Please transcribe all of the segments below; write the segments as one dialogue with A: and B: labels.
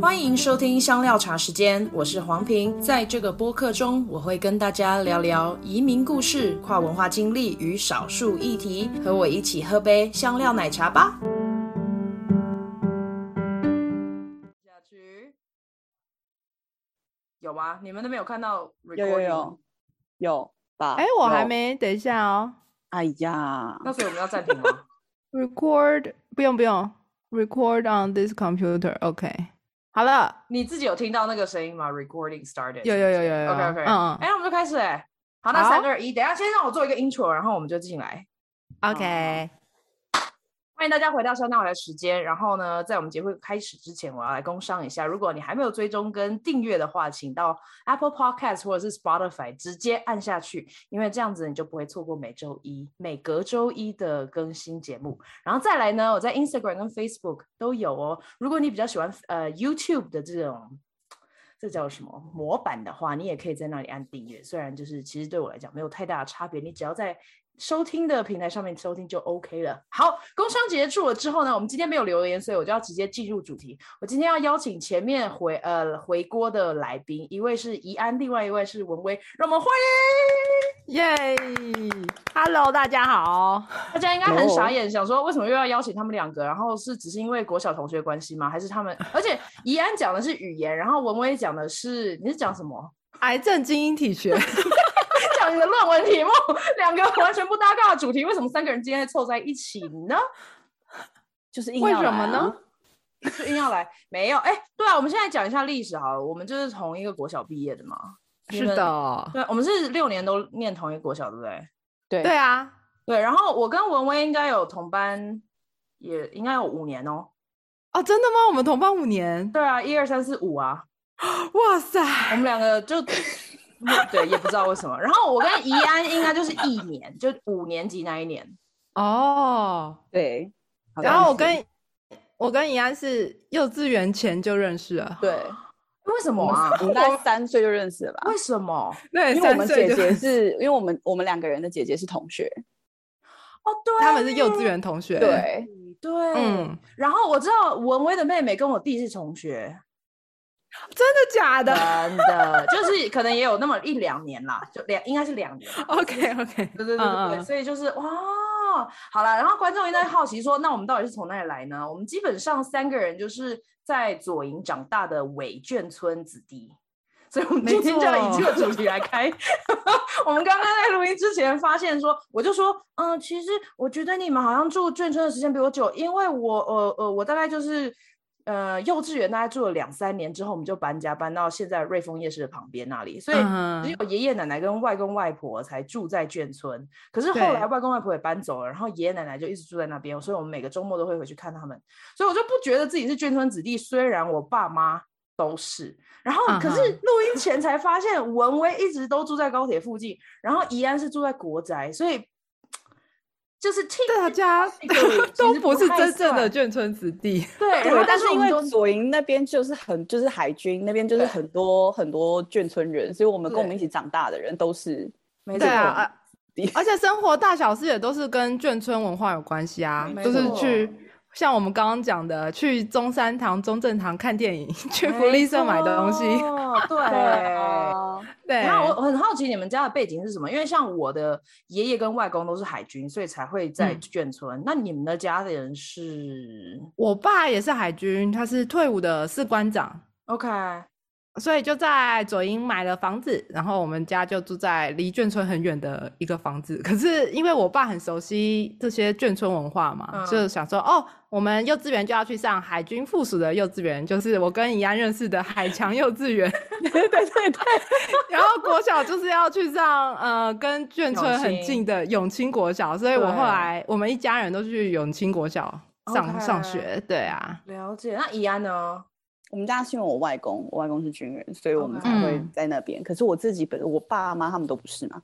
A: 欢迎收听香料茶时间，我是黄平。在这个播客中，我会跟大家聊聊移民故事、跨文化经历与少数议题。和我一起喝杯香料奶茶吧。下去有吗？你们那边有看到 recording？
B: 有有有有吧？
C: 哎，我还
B: 有。
C: 没，等一下哦。
B: 哎呀，
A: 那所以我们要暂 停吗？
C: Record 不用不用，Record on this computer。OK，好了，
A: 你自己有听到那个声音吗？Recording started。
C: 有有有有有
A: OK OK，
C: 嗯
A: 哎，那我们就开始哎。好，那
C: 好
A: 三二一，等一下先让我做一个 intro，然后我们就进来。
C: 嗯，OK，
A: 欢迎大家回到香奈儿的时间。然后呢，在我们节目开始之前，我要来工商一下。如果你还没有追踪跟订阅的话，请到 Apple Podcast 或者是 Spotify 直接按下去，因为这样子你就不会错过每周一、每隔周一的更新节目。然后再来呢，我在 Instagram 跟 Facebook 都有哦。如果你比较喜欢呃 YouTube 的这种。这叫什么模板的话，你也可以在那里按订阅。虽然就是其实对我来讲没有太大的差别，你只要在收听的平台上面收听就 OK 了。好，工商结束了之后呢，我们今天没有留言，所以我就要直接进入主题。我今天要邀请前面回呃回锅的来宾，一位是怡安，另外一位是文威，让我们欢迎。
C: 耶！Hello，大家好。
A: 大家应该很傻
B: 哦
A: 眼，想说为什么又要邀请他们两个？然后是只是因为国小同学关系吗？还是他们？而且怡安讲的是语言，然后文威讲的是你是讲什么？
C: 癌症基因体 学，
A: 讲你的论文题目， 两个完全不搭嘎的主题，为什么三个人今天凑在一起呢？
B: 就是硬
C: 为
B: 要
C: 什
B: 来
C: 么呢
B: 啊？
A: 就硬要来，没有哎、对啊，我们现在讲一下历史好了，我们就是同一个国小毕业的嘛，你
C: 是
A: 们，
C: 的，
A: 对，我们是六年都念同一个国小，对不对？
B: 对
C: 对啊，
A: 对，然后我跟文威应该有同班，也应该有五年哦。
C: 哦，真的吗？我们同班五年，
A: 对啊，一二三四五啊，
C: 哇塞，
A: 我们两个就对，也不知道为什么。然后我跟怡安应该就是一年，就五年级那一年。
C: 哦，
B: 对，好
C: 然
B: 像
C: 后我
B: 是
C: 跟我跟怡安是幼稚园前就认识了，
B: 对，
A: 为什么
B: 我们
A: 啊
B: 我？们大概三岁就认识了吧
A: 为？什么？
C: 对，
B: 因为我们
C: 三岁
B: 姐
C: 就
B: 姐是，因为我们我们两个人的姐姐是同学，
A: 哦，对，
C: 他们是幼稚园同学，
B: 对，
A: 对，
C: 嗯，
A: 然后我知道文威的妹妹跟我弟是同学，
C: 真的假 的
A: 真的，就是可能也有那么一两年啦，就两应该是两年。
C: ？OK OK，
A: 对对对
C: 嗯
A: 对对，所以就是哇，好了，然后观众应该好奇说，那我们到底是从哪里来呢？我们基本上三个人就是在左营长大的伟眷村子弟。所以我们今天就要以这个主题来开。我们刚刚在录音之前发现说，我就说，嗯、其实我觉得你们好像住眷村的时间比我久，因为我呃呃，我大概就是呃幼稚园大概住了两三年之后，我们就搬家搬到现在瑞丰夜市的旁边那里，所以
C: 嗯
A: 只有爷爷奶奶跟外公外婆才住在眷村。可是后
C: 对
A: 来外公外婆也搬走了，然后爷爷奶奶就一直住在那边，所以我们每个周末都会回去看他们。所以我就不觉得自己是眷村子弟，虽然我爸妈都是。然后可是
C: 嗯哼
A: 录音前才发现，文威一直都住在高铁附近，然后怡安是住在国宅，所以就是听
C: 大啊家 都不是真正的眷村子弟，
A: 对，然后
B: 对，但
A: 但
B: 是
A: 是
B: 因
A: 因为
B: 为左营那边就是很就是海军那边就是很多很多眷村人，所以我们跟我们一起长大的人都是
A: 没
C: 对
A: 错
C: 啊，
B: 眷村
C: 啊而且生活大小事也都是跟眷村文化有关系啊
A: 没，
C: 就
A: 错
C: 是去像我们刚刚讲的，去中山堂、中正堂看电影，去
A: 没
C: 福利社买东西，
A: 错对。
B: 啊
C: 对，
A: 然后我我很好奇你们家的背景是什么，因为像我的爷爷跟外公都是海军，所以才会在
C: 嗯
A: 眷村。那你们的家人是
C: 我爸也是海军，他是退伍的士官长。
A: OK？
C: 所以就在左营买了房子，然后我们家就住在离眷村很远的一个房子。可是因为我爸很熟悉这些眷村文化嘛，
A: 嗯
C: 就想说哦，我们幼稚园就要去上海军附属的幼稚园，就是我跟怡安认识的海强幼稚 园。
B: 对对对对，
C: 然后国小就是要去上呃跟眷村很近的永清国小，所以我后来我们一家人都去永清国小上
A: OK
C: 上学。对啊，
A: 了解。那怡安呢？
B: 我们家是因为我外公，我外公是军人，所以我们
A: OK
B: 才会
C: 嗯
B: 在那边。可是我自己本我爸妈他们都不是嘛，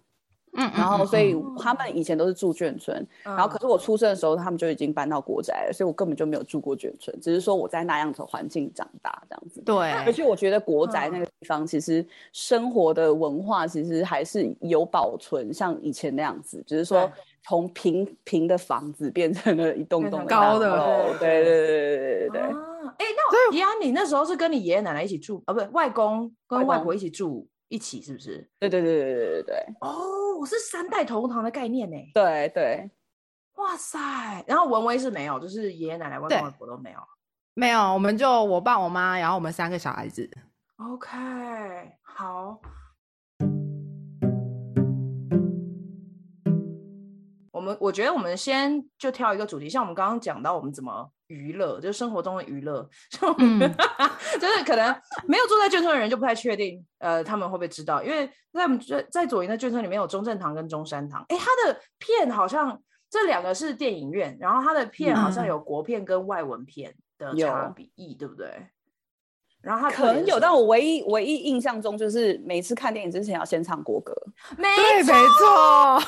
C: 嗯，
B: 然后所以
C: 嗯
B: 他们以前都是住眷村，
A: 然
B: 然后可是我出生的时候他们就已经搬到国宅了，所以我根本就没有住过眷村，只是说我在那样子的环境长大这样子。 而
C: 对
B: 且我觉得国宅那个地方，其实生活的文化其实还是有保存，像以前那样子，只是说
A: 对
B: 从平平的房子变成了一栋栋
A: 变成
B: 大
C: 高的
B: 楼对对对对对对对。
A: 啊，哎、那那呀，你那时候是跟你爷爷奶奶一起住啊？不是，外公跟
B: 外
A: 外
B: 公
A: 婆一起住一起，是不是？
B: 对对对对对对对
A: 哦，我是三代同堂的概念呢。
B: 对对，
A: 哇塞！然后文威是没有，就是爷爷奶奶、外公
C: 对
A: 外婆都没有。
C: 没有，我们就我爸、我妈，然后我们三个小孩子。
A: OK，好。我们我觉得我们先就挑一个主题，像我们刚刚讲到我们怎么娱乐，就是生活中的娱乐， 像我们、
C: 嗯
A: 就是可能没有住在眷村的人就不太确定，呃，他们会不会知道？因为在我们在在左营的眷村里面有中正堂跟中山堂，诶，它的片好像这两个是电影院，然后它的片好像
C: 嗯
A: 有国片跟外文片的
B: 有
A: 差别，对不对？然后它的特
B: 可
A: 点
B: 能
A: 是
B: 有，
A: 什
B: 但
A: 么
B: 我唯一唯一印象中就是每次看电影之前要先唱国歌，
A: 没
C: 对，没错，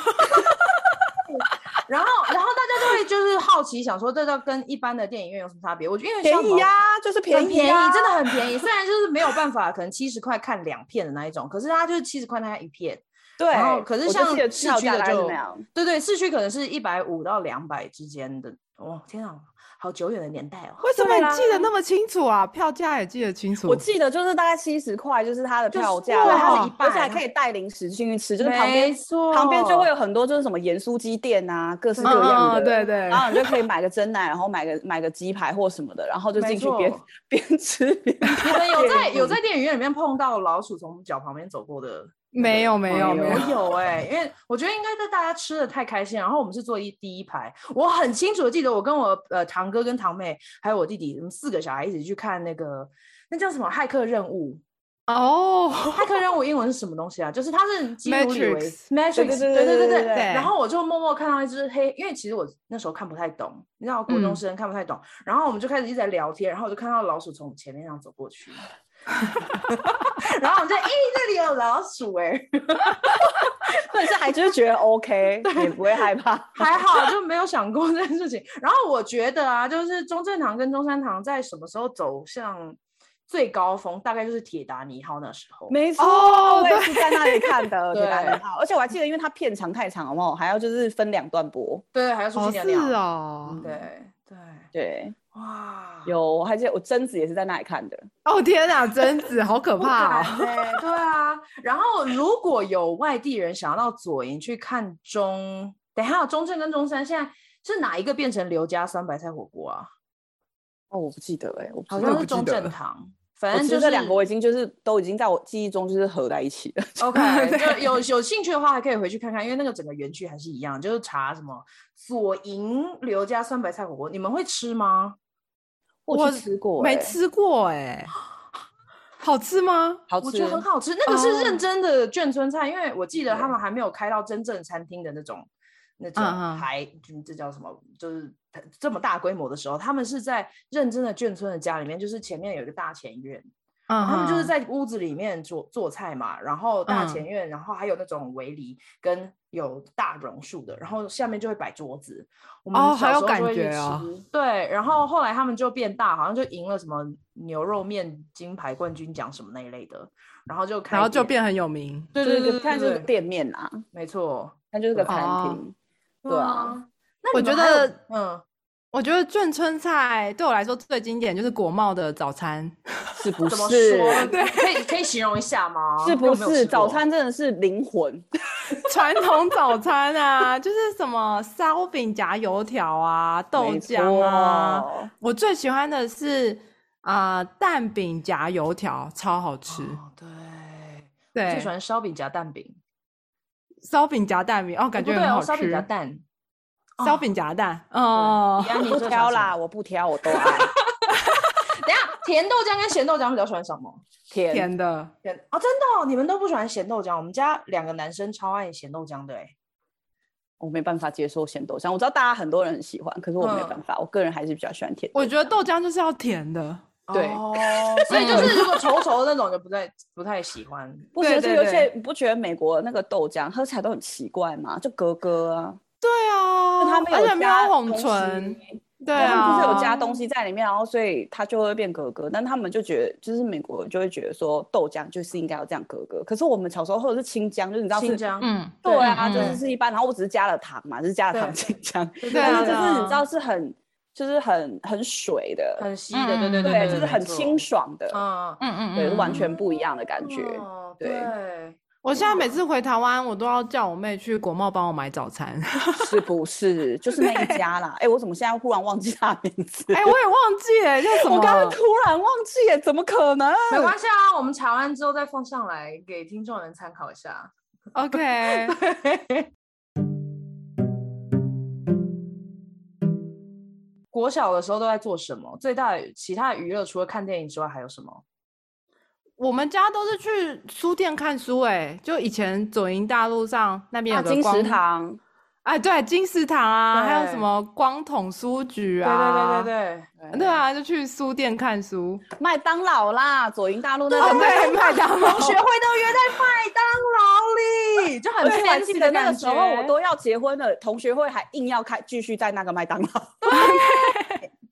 A: 然后，然后大家就会就是好奇，想说这叫跟一般的电影院有什么差别？我觉得因为
B: 便
A: 像
B: 宜
A: 某
B: 呀、就是便
A: 很
B: 宜、
A: 便宜，真的
B: 很。
A: 很便宜。虽然就是没有办法，可能七十块看两片的那一种，可是它就是七十块那一片。
B: 对
A: 然后，可是
B: 哦我就
A: 像
B: 记得
A: 市
B: 票
A: 区
B: 价
A: 的
B: 大概是
A: 就
B: 那样，
A: 对对，市区可能是一百五到两百之间的。哇，天啊，好久远的年代哦。
C: 为什么
B: 对
C: 你
B: 啦
C: 记得那么清楚啊？票价也记得清楚。
B: 我记得就是大概七十块，就是它的
A: 就是
B: 票价，
A: 对
B: 然后
A: 它是一半啊
B: 而且还可以带零食进去吃，就是旁边
A: 没错
B: 旁边就会有很多就是什么盐酥鸡店啊，各式各样的，
C: 嗯，对对
B: 然，后你就可以买个蒸奶，然后买个买个鸡排或什么的，然后就进去
A: 没
B: 边
A: 错
B: 边吃边看
A: 我们有在
B: 电影
A: 有在电影院里面碰到老鼠从脚旁边走过的那个
C: 没有没
B: 有
A: 画面
B: 没有
A: 我有哎、因为我觉得应该是大家吃的太开心，然后我们是坐一第一排，我很清楚的记得我跟我呃堂哥跟堂妹还有我弟弟，我们四个小孩一起去看那个那叫什么骇客任务。
C: 哦，
A: 骇客任务英文是什么东西啊？就是它是基努里维
C: Matrix
A: Matrix，对对
B: 对对
A: 对
B: 对对
A: 对
B: 对对
A: 然后我就默默看到一只黑，因为其实我那时候看不太懂，你知道，国中
C: 嗯
A: 生看不太懂。然后我们就开始一直在聊天，然后我就看到老鼠从我们前面上走过去，然后我们就咦、这里有老鼠哎、
B: 但是还就是 觉得 OK，也不会害怕。
A: 还好就没有想过这件事情。然后我觉得啊，就是中正堂跟中山堂在什么时候走向最高峰，大概就是铁达尼号那时候。
B: 没错，
C: 哦
B: 我也是在那里 看的《
A: 对
B: 铁达尼号》，而且我还记得，因为它片长太长，好不好？还要就是分两段播。
A: 对，还有苏
C: 哦
A: 新
C: 是
A: 娘。
C: 哦，
A: 嗯对对，
B: 对，
A: 哇，
B: 有，我还记得我贞子也是在那里看的。
C: 哦天哪，贞子好可
A: 不
C: 怕哦！
A: 敢欸对啊。然后如果有外地人想要到左营去看中，等一下哦中正跟中山现在是哪一个变成刘家酸白菜火锅啊？
B: 哦，我不记得哎，我不
A: 好
B: 记得
A: 像
C: 不
A: 是
C: 记
A: 中
C: 得
A: 正
C: 了
A: 堂，反
B: 我
A: 正
B: 其
A: 就
B: 实
A: 是
B: 这两个我已经就是都已经在我记忆中就是合在一起了。
A: OK，就有有兴趣的话，还可以回去看看，因为那个整个园区还是一样，就是查什么左营刘家酸白菜火锅，你们会吃吗？
B: 我去吃过，
C: 没
B: 哎，
C: 吃过欸哎，好吃吗？
B: 好
A: 我
B: 吃
A: 觉得很好吃，那个是认
C: 哦
A: 真的眷村菜，因为我记得他
B: 对
A: 们还没有开到真正餐厅的那种那种
C: 嗯嗯
A: 还就这叫什么，就是这么大规模的时候，他们是在认真的眷村的家里面，就是前面有一个大前院，
C: 嗯，
A: 他们就是
C: 嗯
A: 在屋子里面做做菜嘛，然后大
C: 嗯
A: 前院，然后还有那种围篱跟有大榕树的，然后下面就会摆桌子。我们
C: 哦
A: 小
C: 还有
A: 时候
C: 感
A: 就会去
C: 觉哦
A: 吃对，然后后来他们就变大，好像就赢了什么牛肉面金牌冠军奖什么那一类的，然后就开
C: 然后就
A: 店
C: 变很有名。
A: 对
B: 就
A: 对
B: 是一
A: 对
B: 个，
A: 对
B: 看就
A: 对
B: 是店面啊，
A: 没错，
B: 它就是个餐
C: 哦
B: 厅。对啊。
A: 嗯那
C: 我
A: 你们
C: 觉
A: 还有
C: 得
A: 嗯，
C: 我觉得眷村菜对我来说最经典就是国贸的早餐，
B: 是不
A: 怎么
B: 是？
A: 说？可以可以形容一下吗？
B: 是
A: 因为
B: 不
A: 我没有
B: 是
A: 吃
B: 早
A: 过？哦
B: 餐真的是灵魂？
C: 传统早餐啊，就是什么烧饼夹油条啊、豆
B: 没
C: 浆啊。
B: 错，
C: 我最喜欢的是啊、呃蛋饼夹油条，超好吃。
A: 哦对，我最
C: 对
A: 喜，欢烧饼夹蛋饼，
C: 烧饼夹蛋饼哦，感
A: 不
C: 觉
A: 对
C: 很
A: 哦
C: 好，
A: 烧饼
C: 吃
A: 夹。蛋，
C: 烧饼夹蛋，哦
A: 对，，你
B: 不挑啦，我不挑，我都爱
A: 等一下，甜豆浆跟咸豆浆比较喜欢什么？
B: 甜。
C: 甜的。
A: 甜哦，真的哦，你们都不喜欢咸豆浆？我们家两个男生超爱咸豆浆的哎。
B: 我没办法接受咸豆浆，我知道大家很多人很喜欢，可是我没
A: 嗯
B: 办法，我个人还是比较喜欢甜的。
C: 我觉得豆浆就是要甜的，嗯
B: 对
A: 哦，所以嗯就是如果稠稠的那种就不太不太喜欢。
B: 不是，而
C: 对
B: 且而
C: 对
B: 且你不觉得美国那个豆浆喝起来都很奇怪吗？就格格啊，
C: 对
B: 就
C: 啊，
B: 它没有
C: 而且没有
B: 加
C: 红
B: 东西
C: 唇，，对
B: 他们
C: 啊，
B: 不是有加东西在里面，然后所以它就会变格格。但他们就觉得，就是美国人就会觉得说豆浆就是应该要这样格格。可是我们小时候喝的是清浆，就是你知道是
A: 新疆，
C: 嗯，
B: 对啊，
C: 嗯
B: 就
C: 嗯
B: 是是一般，然后我只是加了糖嘛，只是加了
A: 对
B: 糖清浆，
A: 对
C: 对啊
B: 但是
C: 对
B: 就
C: 啊
B: 是你知道是很就是很很水的，
A: 很稀的，对
C: 嗯
A: 对
C: 对
A: 对，
B: 就是
A: 没
B: 很
A: 错
B: 清，爽的，
A: 嗯，
C: 嗯嗯
B: 对，
C: 嗯
B: 完
C: 嗯
B: 全不一样的感觉。
A: 哦
B: 对
A: 对。
C: 我现在每次回台湾，我都要叫我妹去国贸帮我买早餐。
B: 是不是？就是那一家啦。哎、我怎么现在忽然忘记他的名字？
C: 哎、我也忘记了叫什么。
B: 我刚刚突然忘记耶，怎么可能？
A: 没关系啊，我们查完之后再放上来给听众人参考一下。
C: OK，
A: 国小的时候都在做什么？最大的其他的娱乐除了看电影之外还有什么？
C: 我们家都是去书店看书、哎，就以前左营大路上那边
B: 啊，
C: 有个
B: 金
C: 光
B: 石，堂，
C: 哎，对，金石堂啊，还有
A: 对
C: 什么光统书局
A: 对
C: 啊，
A: 对对对
C: 对，对啊，就去书店看书。
B: 麦当劳啦，左营大路那个
C: 对，麦当劳
A: 对，同学会都约在麦当劳里，就很
B: 而且还
A: fancy
B: 记
A: 的
B: 得
A: 感觉。
B: 那个时候我都要结婚了，同学会还硬要开继续在那个麦当 劳，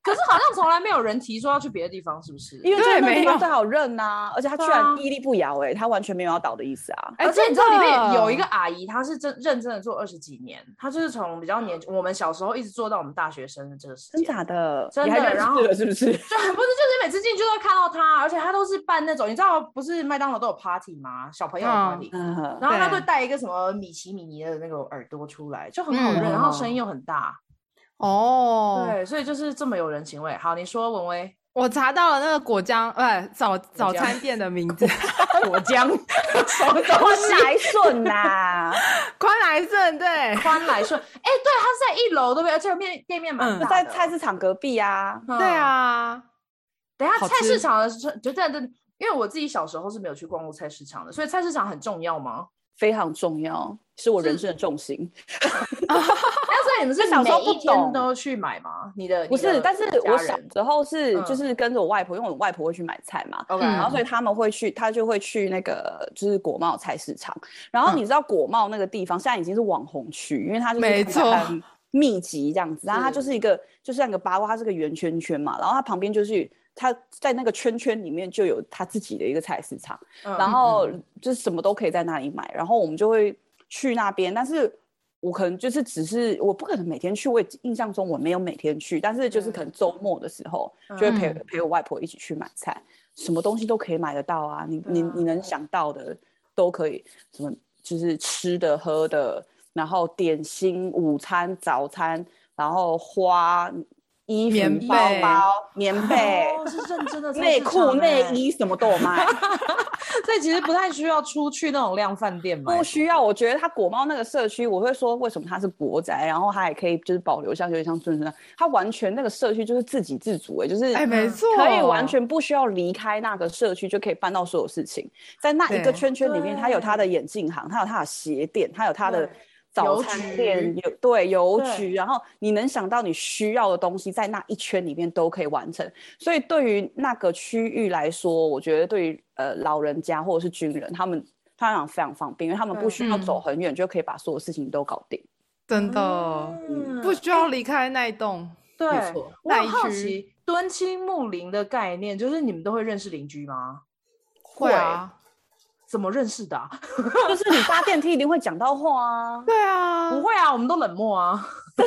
A: 可是好像从来没有人提说要去别的地方，是不是？
B: 因为
C: 对
B: 就是那个
C: 没
B: 地
C: 有
B: 方最好认呐、而且他居
A: 对啊
B: 然屹立不摇，哎，他完全没有要倒的意思啊。
C: 哎
A: 而且你知道里
C: 真的
A: 面有一个阿姨，她是真认真的做二十几年，她就是从比较年我们小时候一直做到我们大学生的这个时
B: 真
A: 间，
B: 假的？
A: 真的
B: 你还认识
A: 然后
B: 了是不是？
A: 就很不是就是每次进去都会看到她，而且她都是办那种你知道不是麦当劳都有 party 吗？小朋友的
C: 嗯
A: party，、
B: 嗯，
A: 然后她
C: 对
A: 就戴一个什么米奇米妮的那个耳朵出来，就很好认，
C: 嗯
A: 然后声音又很大，
C: 哦，
A: 对，所以就是这么有人情味。好，你说文威
C: 我查到了那个果浆，哎，早早
A: 浆
C: 餐店的名字，
A: 果浆什么
B: 我
A: 东西？
B: 奶顺呐，
C: 宽来盛，对，
A: 宽来顺，哎、对，它是在一楼对不对？而且面店面蛮
C: 嗯
A: 大的，
B: 在菜市场隔壁啊。
A: 嗯
C: 对啊，
A: 等一下
C: 好
A: 菜市
C: 吃
A: 场的时候，就在这，因为我自己小时候是没有去逛过菜市场的，所以菜市场很重要 吗？
B: 非常重要，是我人生的重心。
A: 那所以你们是
B: 小时候
A: 每一
B: 不
A: 天
B: 懂
A: 都去买吗？你的
B: 不
A: 你
B: 是，
A: 的
B: 但是我
A: 家
B: 小
A: 人
B: 时候是
A: 嗯
B: 就是跟着我外婆，因为我外婆会去买菜嘛，
A: OK，、
C: 嗯
B: 然后所以他们会去，他就会去那个就是国贸菜市场。然后你知道国贸那个地方现在已经是网红区，因为它就是
C: 没
B: 看起
C: 错
B: 来很密集这样子，然后它
A: 是
B: 就是一个就像个八卦，它是个圆圈圈嘛，然后它旁边就是。它在那个圈圈里面就有它自己的一个菜市场，
A: 嗯
B: 然后就是什么都可以在那里买，然后我们就会去那边，但是我可能就是只是我不可能每天去，我也印象中我没有每天去，但
A: 嗯
B: 是就是可能周末的时候就会陪、陪我外婆一起去买菜，什么东西都可以买得到啊，你你
A: 对啊
B: 你能想到的都可以，什么就是吃的喝的，然后点心、午餐、早餐，然后花、衣
C: 棉
B: 服、包
C: 被
B: 包、棉被。
A: 哦，是认真的菜
B: 内
A: 市
B: 裤、
A: 场
B: 内
A: 欸，
B: 衣什么都有卖，
A: 所以其实不太需要出去那种量贩店买
B: 不。需要，我觉得它果猫那个社区，我会说为什么它是国宅，然后它也可以就是保留像有点像孙生，它完全那个社区就是自给自足、欸，哎，就是
A: 嗯
C: 哎，没错，
B: 可以完全不需要离开那个社区就可以办到所有事情。在那一
C: 对
B: 个圈圈里面，它有它的眼镜行，它有它的鞋店，它有它的
A: 对
B: 早
A: 邮
B: 餐
A: 局
B: 店，有对邮
A: 对
B: 局，然后你能想到你需要的东西，在那一圈里面都可以完成。所以对于那个区域来说，我觉得对于呃老人家或者是军人，他们他想非常方便，因为他们
A: 对
B: 不需要
C: 嗯
B: 走很远就可以把所有事情都搞定。
C: 真的、
A: 嗯
C: 不需要离开那一栋。
A: 对
B: 没错，
A: 我
C: 那
A: 很
C: 一
A: 好
C: 区
A: 奇敦亲睦邻的概念，就是你们都会认识邻居吗？
C: 会啊，
A: 怎么认识的啊、
B: 就是你搭电梯一定会讲到话啊。
C: 对啊，
A: 不会啊，我们都冷漠啊。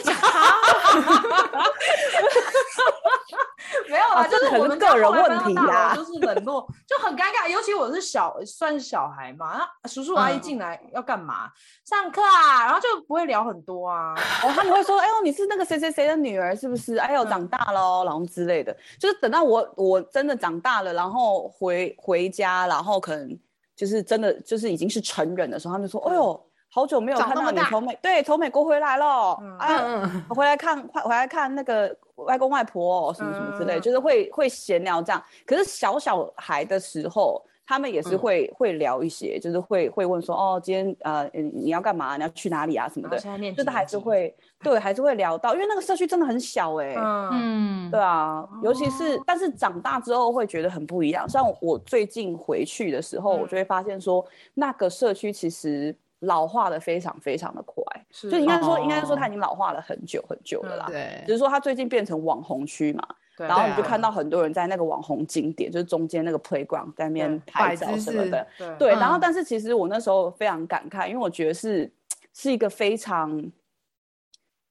A: 没有啦，
B: 啊
A: 就
B: 这
A: 是
B: 可
A: 我
B: 是
A: 们
B: 个
A: 家
B: 人
A: 后来
B: 问
A: 搬到
B: 题
A: 大楼
B: 啦
A: 就是冷落，就很尴尬。尤其我是小，算是小孩嘛，那叔叔阿
B: 嗯
A: 姨进来要干嘛？上课啊，然后就不会聊很多啊。
B: 哦，他们会说，哎呦，你是那个谁谁谁的女儿是不是？哎呦，长大喽，然后之类的。就是等到我我真的长大了，然后回回家，然后可能就是真的就是已经是成人的时候，他们就说，哎呦，好久没有
C: 长
B: 看到
C: 那么
B: 你
C: 大
B: 从美对从美国回来喽
A: 嗯，
B: 哎呦，
C: 嗯嗯，
B: 回来看快回来看那个外公外婆、哦、什么什么之类，
A: 嗯
B: 就是会会闲聊这样。可是小小孩的时候。他们也是
A: 嗯
B: 会、会聊一些，就是会会问说哦，今天呃你你要干嘛？你要去哪里啊什么
A: 然
B: 的
A: 后。现在念
B: 就是还是会对，还是会聊到，因为那个社区真的很小哎、
A: 嗯
C: 嗯，
B: 对啊，尤其是，但是长大之后会觉得很不一样。像我最近回去的时候，
A: 嗯
B: 我就会发现说，那个社区其实老化的非常非常的快，
A: 是
B: 就应该说，
C: 哦嗯
B: 应该说它已经老化了很久很久了啦。
C: 对
B: 只是说它最近变成网红区嘛，
A: 对
B: 然后
A: 对
B: 你
A: 啊
B: 就看到很多人在那个网红景点，就是中间那个 playground 在那边
A: 对
B: 拍
C: 摆
B: 照
C: 姿
B: 什么
C: 势
B: 的。
A: 对啊
B: 对，然后
C: 嗯
B: 但是其实我那时候非常感慨，因为我觉得是是一个非常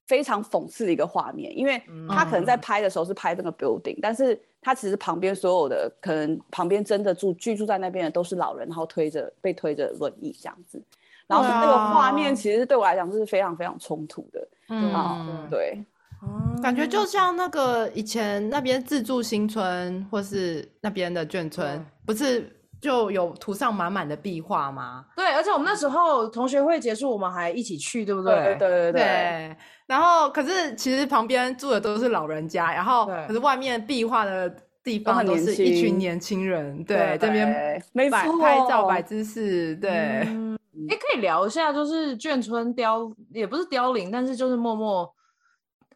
B: 非常讽刺的一个画面，因为
C: 嗯
B: 他可能在拍的时候是拍那个 building，、但是他其实旁边所有的可能旁边真的住居住在那边的都是老人，然后推着被推着轮椅这样子，然后
C: 对啊
B: 那个画面其实对我来讲是非常非常冲突的，
C: 嗯，
B: 对，
C: 感
A: 嗯
C: 觉就像那个以前那边自助新村或是那边的眷村
A: 嗯，
C: 不是就有涂上满满的壁画吗？
A: 对，而且我们那时候同学会结束，我们还一起去，对不
B: 对对
A: 对
B: 对对对，
C: 对，然后可是其实旁边住的都是老人家，然后
A: 对
C: 可是外面壁画的地
B: 都
C: 方
B: 很
C: 都
B: 年
C: 是一群
B: 轻
C: 年轻人，对，这边
B: 没
C: 摆
B: 错哦
C: 拍照摆姿势，对，
A: 嗯诶可以聊一下，就是眷村凋，也不是凋零，但是就是默默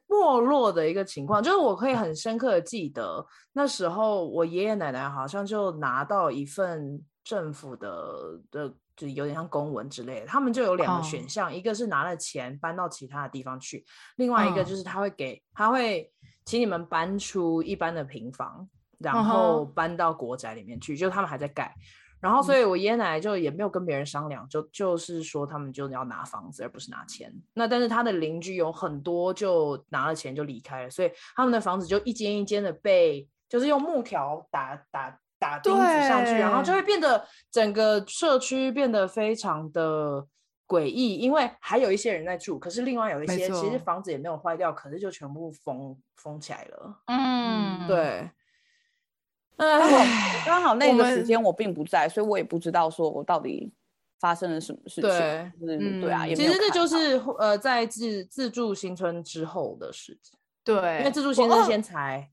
A: 没落的一个情况。就是我可以很深刻的记得，那时候我爷爷奶奶好像就拿到一份政府的的，就有点像公文之类的。他们就有两
C: 哦
A: 个选项，一个是拿了钱搬到其他的地方去，另外一个
C: 嗯
A: 就是他会给，他会请你们搬出一般的平房，然
C: 嗯哼
A: 后搬到国宅里面去，就他们还在盖。然
C: 嗯
A: 后，所以我爷爷奶奶就也没有跟别人商量，就就是说他们就要拿房子，而不是拿钱。那但是他的邻居有很多就拿了钱就离开了，所以他们的房子就一间一间的被就是用木条打打打钉子上去，然后就
C: 对
A: 会变得整个社区变得非常的诡异，因为还有一些人在住，可是另外有一
C: 没
A: 些其实
C: 错
A: 房子也没有坏掉，可是就全部封封起来了。
C: 嗯，
A: 对，
B: 刚好
A: 哎，
B: 刚好那
C: 我
B: 个
C: 们
B: 时间我并不在，所以我也不知道说我到底发生了什么事情。
A: 对
B: 嗯，对啊，
C: 嗯
B: 也没
A: 其
B: 有
A: 实这
B: 看
A: 就
B: 到
A: 是呃，在自自助新村之后的事情，因为
C: 对，
A: 自助新
C: 我哦
A: 村
C: 二
A: 先裁，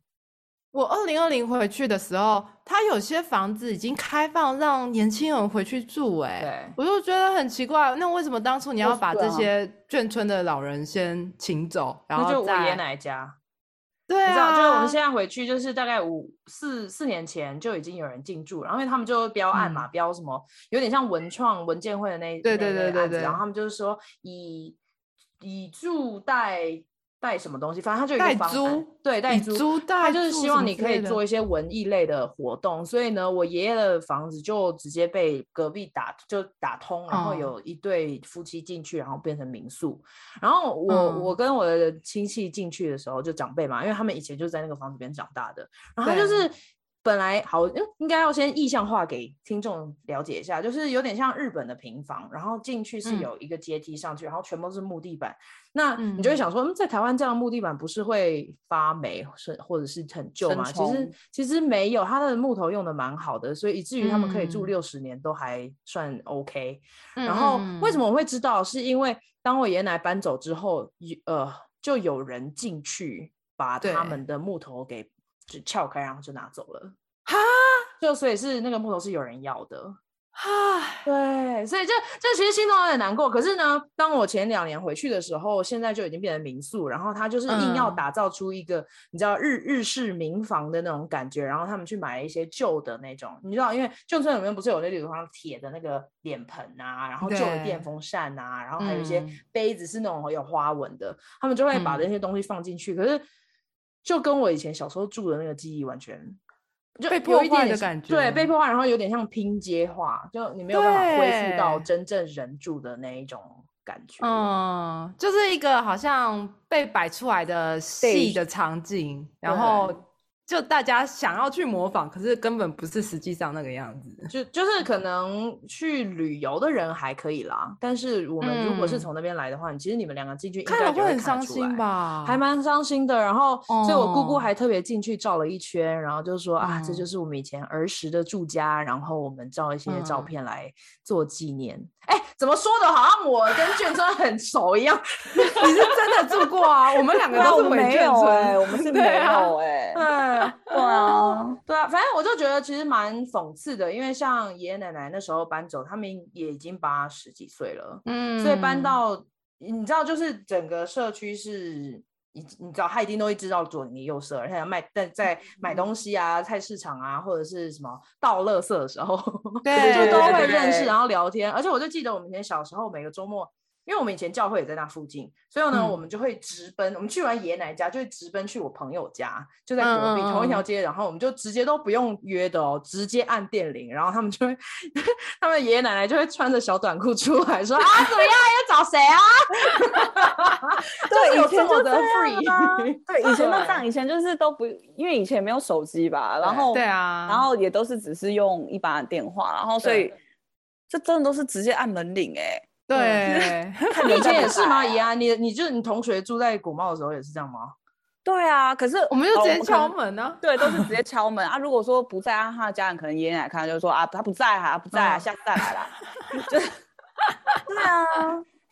C: 我二零二零回去的时候，它有些房子已经开放让年轻人回去住、欸，哎，
A: 对，
C: 我就觉得很奇怪，那为什么当初你
B: 就
C: 要
B: 是
C: 把
B: 对
C: 这
B: 啊
C: 些眷村的老人先请走，然
A: 那就
C: 后
A: 我
C: 再
A: 爷爷奶奶家，
C: 对
A: 你知道，
C: 啊，
A: 就是我们现在回去，就是大概五四四年前就已经有人进驻，然后因为他们就标案嘛，标什么有点像文创文建会的那
C: 嗯对对
A: 那类
C: 对
A: 的案子
C: 对对
A: 然后他们就是说以以住代代什么东西，反正他就有一
C: 代
A: 个方案
C: 租
A: 对代
C: 以
A: 租
C: 租
A: 他
C: 代
A: 就是
C: 住
A: 希
C: 什
A: 望
C: 么
A: 你
C: 之
A: 可以
C: 类的
A: 做一些文艺类的活动，所以呢，我爷爷的房子就直接被隔壁打就打通，然后
C: 哦
A: 有一对夫妻进去，然后变成民宿。然后我、
C: 嗯
A: 我跟我的亲戚进去的时候，就长辈嘛，因为他们以前就在那个房子边长大的，然后他就
C: 对
A: 是。本来好，嗯应该要先意象化给听众了解一下，就是有点像日本的平房，然后进去是
C: 嗯
A: 有一个阶梯上去，然后全部都是木地板，那你
C: 嗯
A: 就会想说，嗯，在台湾这样的木地板不是会发霉，是或者是很旧
B: 生
A: 吗？其实
B: 虫
A: 其实没有，它的木头用的蛮好的，所以以至于他们可以住
C: 嗯
A: 六十年都还算 OK。
C: 嗯
A: 然后为什
C: 么？
A: 么我会知道？是因为当我爷爷奶奶搬走之后，有呃，就有人进去把他
C: 对
A: 们的木头给就撬开，然后就拿走了。
C: 哈
A: 就所以是那个木头是有人要的，
C: 唉，
A: 对，所以这这其实心中有点难过。可是呢，当我前两年回去的时候，现在就已经变成民宿，然后他就是硬要
C: 嗯
A: 打造出一个、你知道日日式民房的那种感觉，然后他们去买一些旧的那种，你知道，因为眷村里面不是有那种像铁的那个脸盆啊，然后旧的电
C: 对
A: 风扇啊，然后还有一些
C: 嗯
A: 杯子是那种有花纹的，他们就会把那些东西放进去。可是就跟我以前小时候住的那个记忆完全。就
C: 被
A: 有
C: 破
A: 一点
C: 坏
A: 点
C: 的
A: 像
C: 感
A: 对，
C: 觉
A: 被破坏，然后有点像拼接化，就你没有办法恢复到
C: 对
A: 真正人住的那一种感觉。，
C: 嗯，就是一个好像被摆出来的戏
B: Stage
C: 的场景，然
A: 对
C: 后就大家想要去模仿，可是根本不是实际上那个样子。
A: 就就是可能去旅游的人还可以啦，但是我们如果是
C: 嗯
A: 从那边来的话，你其实你们两个进去应
C: 看
A: 该
C: 了
A: 就
C: 会
A: 看
C: 很
A: 得
C: 伤
A: 出
C: 心
A: 来？
C: 吧？
A: 还蛮伤心的，然后，所以我姑姑
C: 哦
A: 还特别进去照了一圈，然后就说啊，这就
C: 嗯
A: 是我们以前儿时的住家，然后我们照一些照
C: 嗯
A: 片来做纪念。哎、怎么说的，好像我跟眷村很熟一样？
C: 你是真的住过啊？我们两个
B: 对啊，
C: 都
B: 我
C: 是
B: 们
C: 伪
B: 没
C: 眷
B: 有哎，
C: 村。
B: 我 们是没
C: 对啊
B: 有哎，
C: 嗯
A: 对，
B: 对啊，
A: 对啊，反正我就觉得其实蛮讽刺的，因为像爷爷奶奶那时候搬走，他们也已经八十几岁了，
B: 欸
C: 嗯
A: 所以搬到你知道，就是整个社区是。你你知道，他一定都会知道左邻右舍，而且要卖在在买东西啊、菜市场啊，或者是什么倒垃圾的时候，
C: 嗯对
A: 就都会
B: 对
A: 认识，
B: 对
A: 然后聊天。而且我就记得我们以前小时候，每个周末，因为我们以前教会也在那附近，所以呢，
C: 嗯
A: 我们就会直奔，我们去完爷爷奶奶家就会直奔去我朋友家，就在隔壁
C: 嗯嗯嗯
A: 同一条街，然后我们就直接都不用约的哦，直接按电铃，然后他们就会， 他们爷爷奶奶就会穿着小短裤出来说啊，怎么样，要找谁啊？
B: 对，
A: 有
B: 以
A: 这
B: 前
A: 么
B: 就
A: 的
B: 这样啊
A: free
B: 对，以前都这样，以前就是都不，因为以前没有手机吧，然后
C: 对啊，
B: 然后也都是只是用一般的电话，然后所以这真的都是直接按门铃哎、
C: 对，
B: 看
A: 你以
B: 人在
A: 前
B: 不
A: 也是吗？
B: 在啊
A: 怡安，你你就是你同学住在古茂的时候也是这样吗？
B: 对啊，可是
C: 我们就直接
B: 哦
C: 敲
B: 可能
C: 门呢。
B: 对，都是直接敲门啊。如果说不在啊，他的家人可能爷爷奶奶看到就说啊，他不在啊，不在啊，
A: 嗯
B: 下次再来啦。 就是，对啊，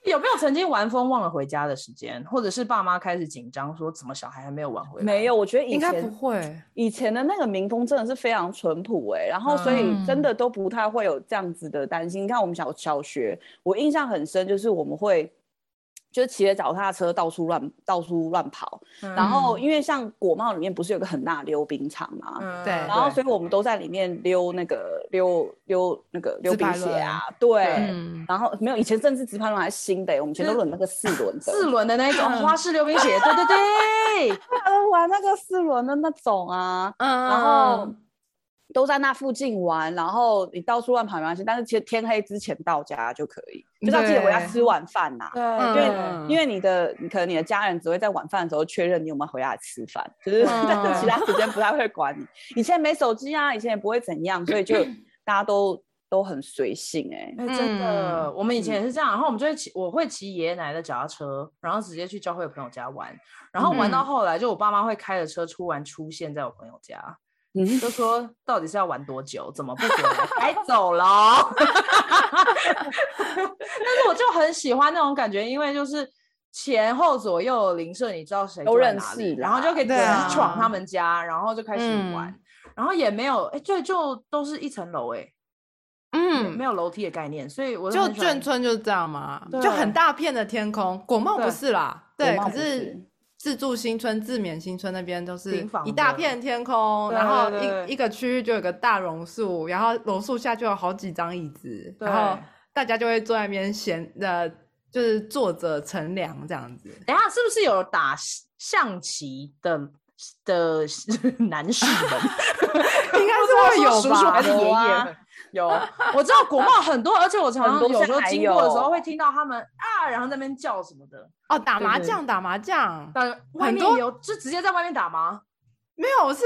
A: 有没有曾经玩疯忘了回家的时间，或者是爸妈开始紧张说怎么小孩还没有玩回来？
B: 没有，我觉得以
C: 应该不
B: 前
C: 会，
B: 以前的那个民风真的是非常淳朴哎、然后所以
C: 嗯
B: 真的都不太会有这样子的担心。你看我们小小学，我印象很深，就是我们会。就是骑着脚踏车到处乱到处乱跑，
A: 嗯，
B: 然后因为像国贸里面不是有个很大的溜冰场嘛，
A: 嗯
C: 对
B: 然后所以我们都在里面溜那个溜溜那个溜
C: 直
B: 冰
C: 排
B: 鞋
C: 轮
B: 啊，对，
C: 嗯，
B: 然后没有，以前甚至直排轮还是新的欸、我们以前都
A: 就是
B: 轮那个四轮的，
A: 四轮的那一种花式溜冰鞋，对对对，
B: 轮 玩那个四轮的那种啊，
C: 嗯
B: 然后都在那附近玩，然后你到处乱跑没关系，但是天天黑之前到家就可以，就是要记得回家
C: 对
B: 吃晚饭呐、
A: 对，
C: 嗯
A: 对
C: 嗯
B: 因为你的你可能你的家人只会在晚饭的时候确认你有没有回家吃饭，就是、
C: 嗯
B: 但是其他时间不太会管你。以前没手机啊，以前也不会怎样，所以就大家都都很随性哎、
A: 哎、真的，我们以前
B: 嗯
A: 也是这样，然后我们就会骑，我会骑爷爷奶奶的脚踏车，然后直接去教会的朋友家玩，然后玩到
C: 嗯
A: 后来，就我爸妈会开着车出完出现在我朋友家，
B: 嗯
A: 就说到底是要玩多久，怎么不回来，该走喽。 但是我就很喜欢那种感觉，因为就是。前后左右邻舍，你知道谁
B: 都
A: 住在
B: 认
A: 哪里
B: 识啦
A: 然
B: 嗯
A: 后就可以直
C: 对啊
A: 接闯他们家，然后就开始玩，然后也没有，哎、对，就都是一层楼、哎、没
C: 嗯，
A: 有楼梯的概念，所以我
C: 就
A: 很喜欢
C: 眷村就是这样嘛，
A: 对
C: 就很大片的天空。国贸不
A: 对
C: 是啦，
B: 国
C: 对，
B: 贸
C: 可
B: 不
C: 是
B: 是
C: 自助新村、自勉新村那边都是
A: 平房
C: 一大
A: 的
C: 片天空，
A: 对
C: 然后
A: 对对
C: 一一个区域就有个大榕树，然后榕树下就有好几张椅子，
A: 对
C: 然后大家就会坐在那边闲呃，就是坐着乘凉这样 子。
A: 等一下是不是有打象棋的的 男士 们？
C: 应该是
A: 不
C: 会
A: 知道
C: 有
A: 叔叔还
C: 吧
A: 是？爷爷
B: 有啊
A: 们？ 有，我知道国贸很多，而且我常常
B: 很多
A: 有时候
B: 现在还
A: 经过的时候
B: 有
A: 会听到他们啊，然后在那边叫什么的。
C: 哦，打麻
A: 对对
C: 将，打麻将，
A: 但外面
C: 很多
A: 有就直接在外面打吗？
C: 没有，我是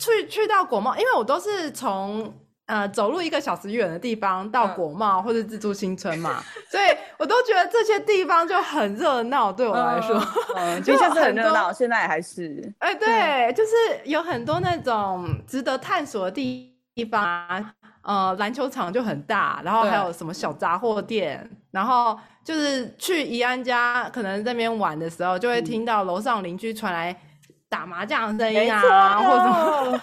C: 去去到国贸，因为我都是从呃走路一个小时远的地方到
A: 嗯
C: 国贸或者自助新村嘛，所以我都觉得这些地方就很热闹，对我来说。
A: 嗯
B: 嗯，
C: 就
B: 就像是
C: 很
B: 很热
C: 多
B: 闹，现在还是
C: 哎、对，就是有很多那种值得探索的地地方啊，呃，篮球场就很大，然后还
A: 对
C: 有什么小杂货店，然后就是去怡安家，可能在那边玩的时候，
A: 嗯
C: 就会听到楼上邻居传来打麻将的声音啊，或者什么。
B: 么，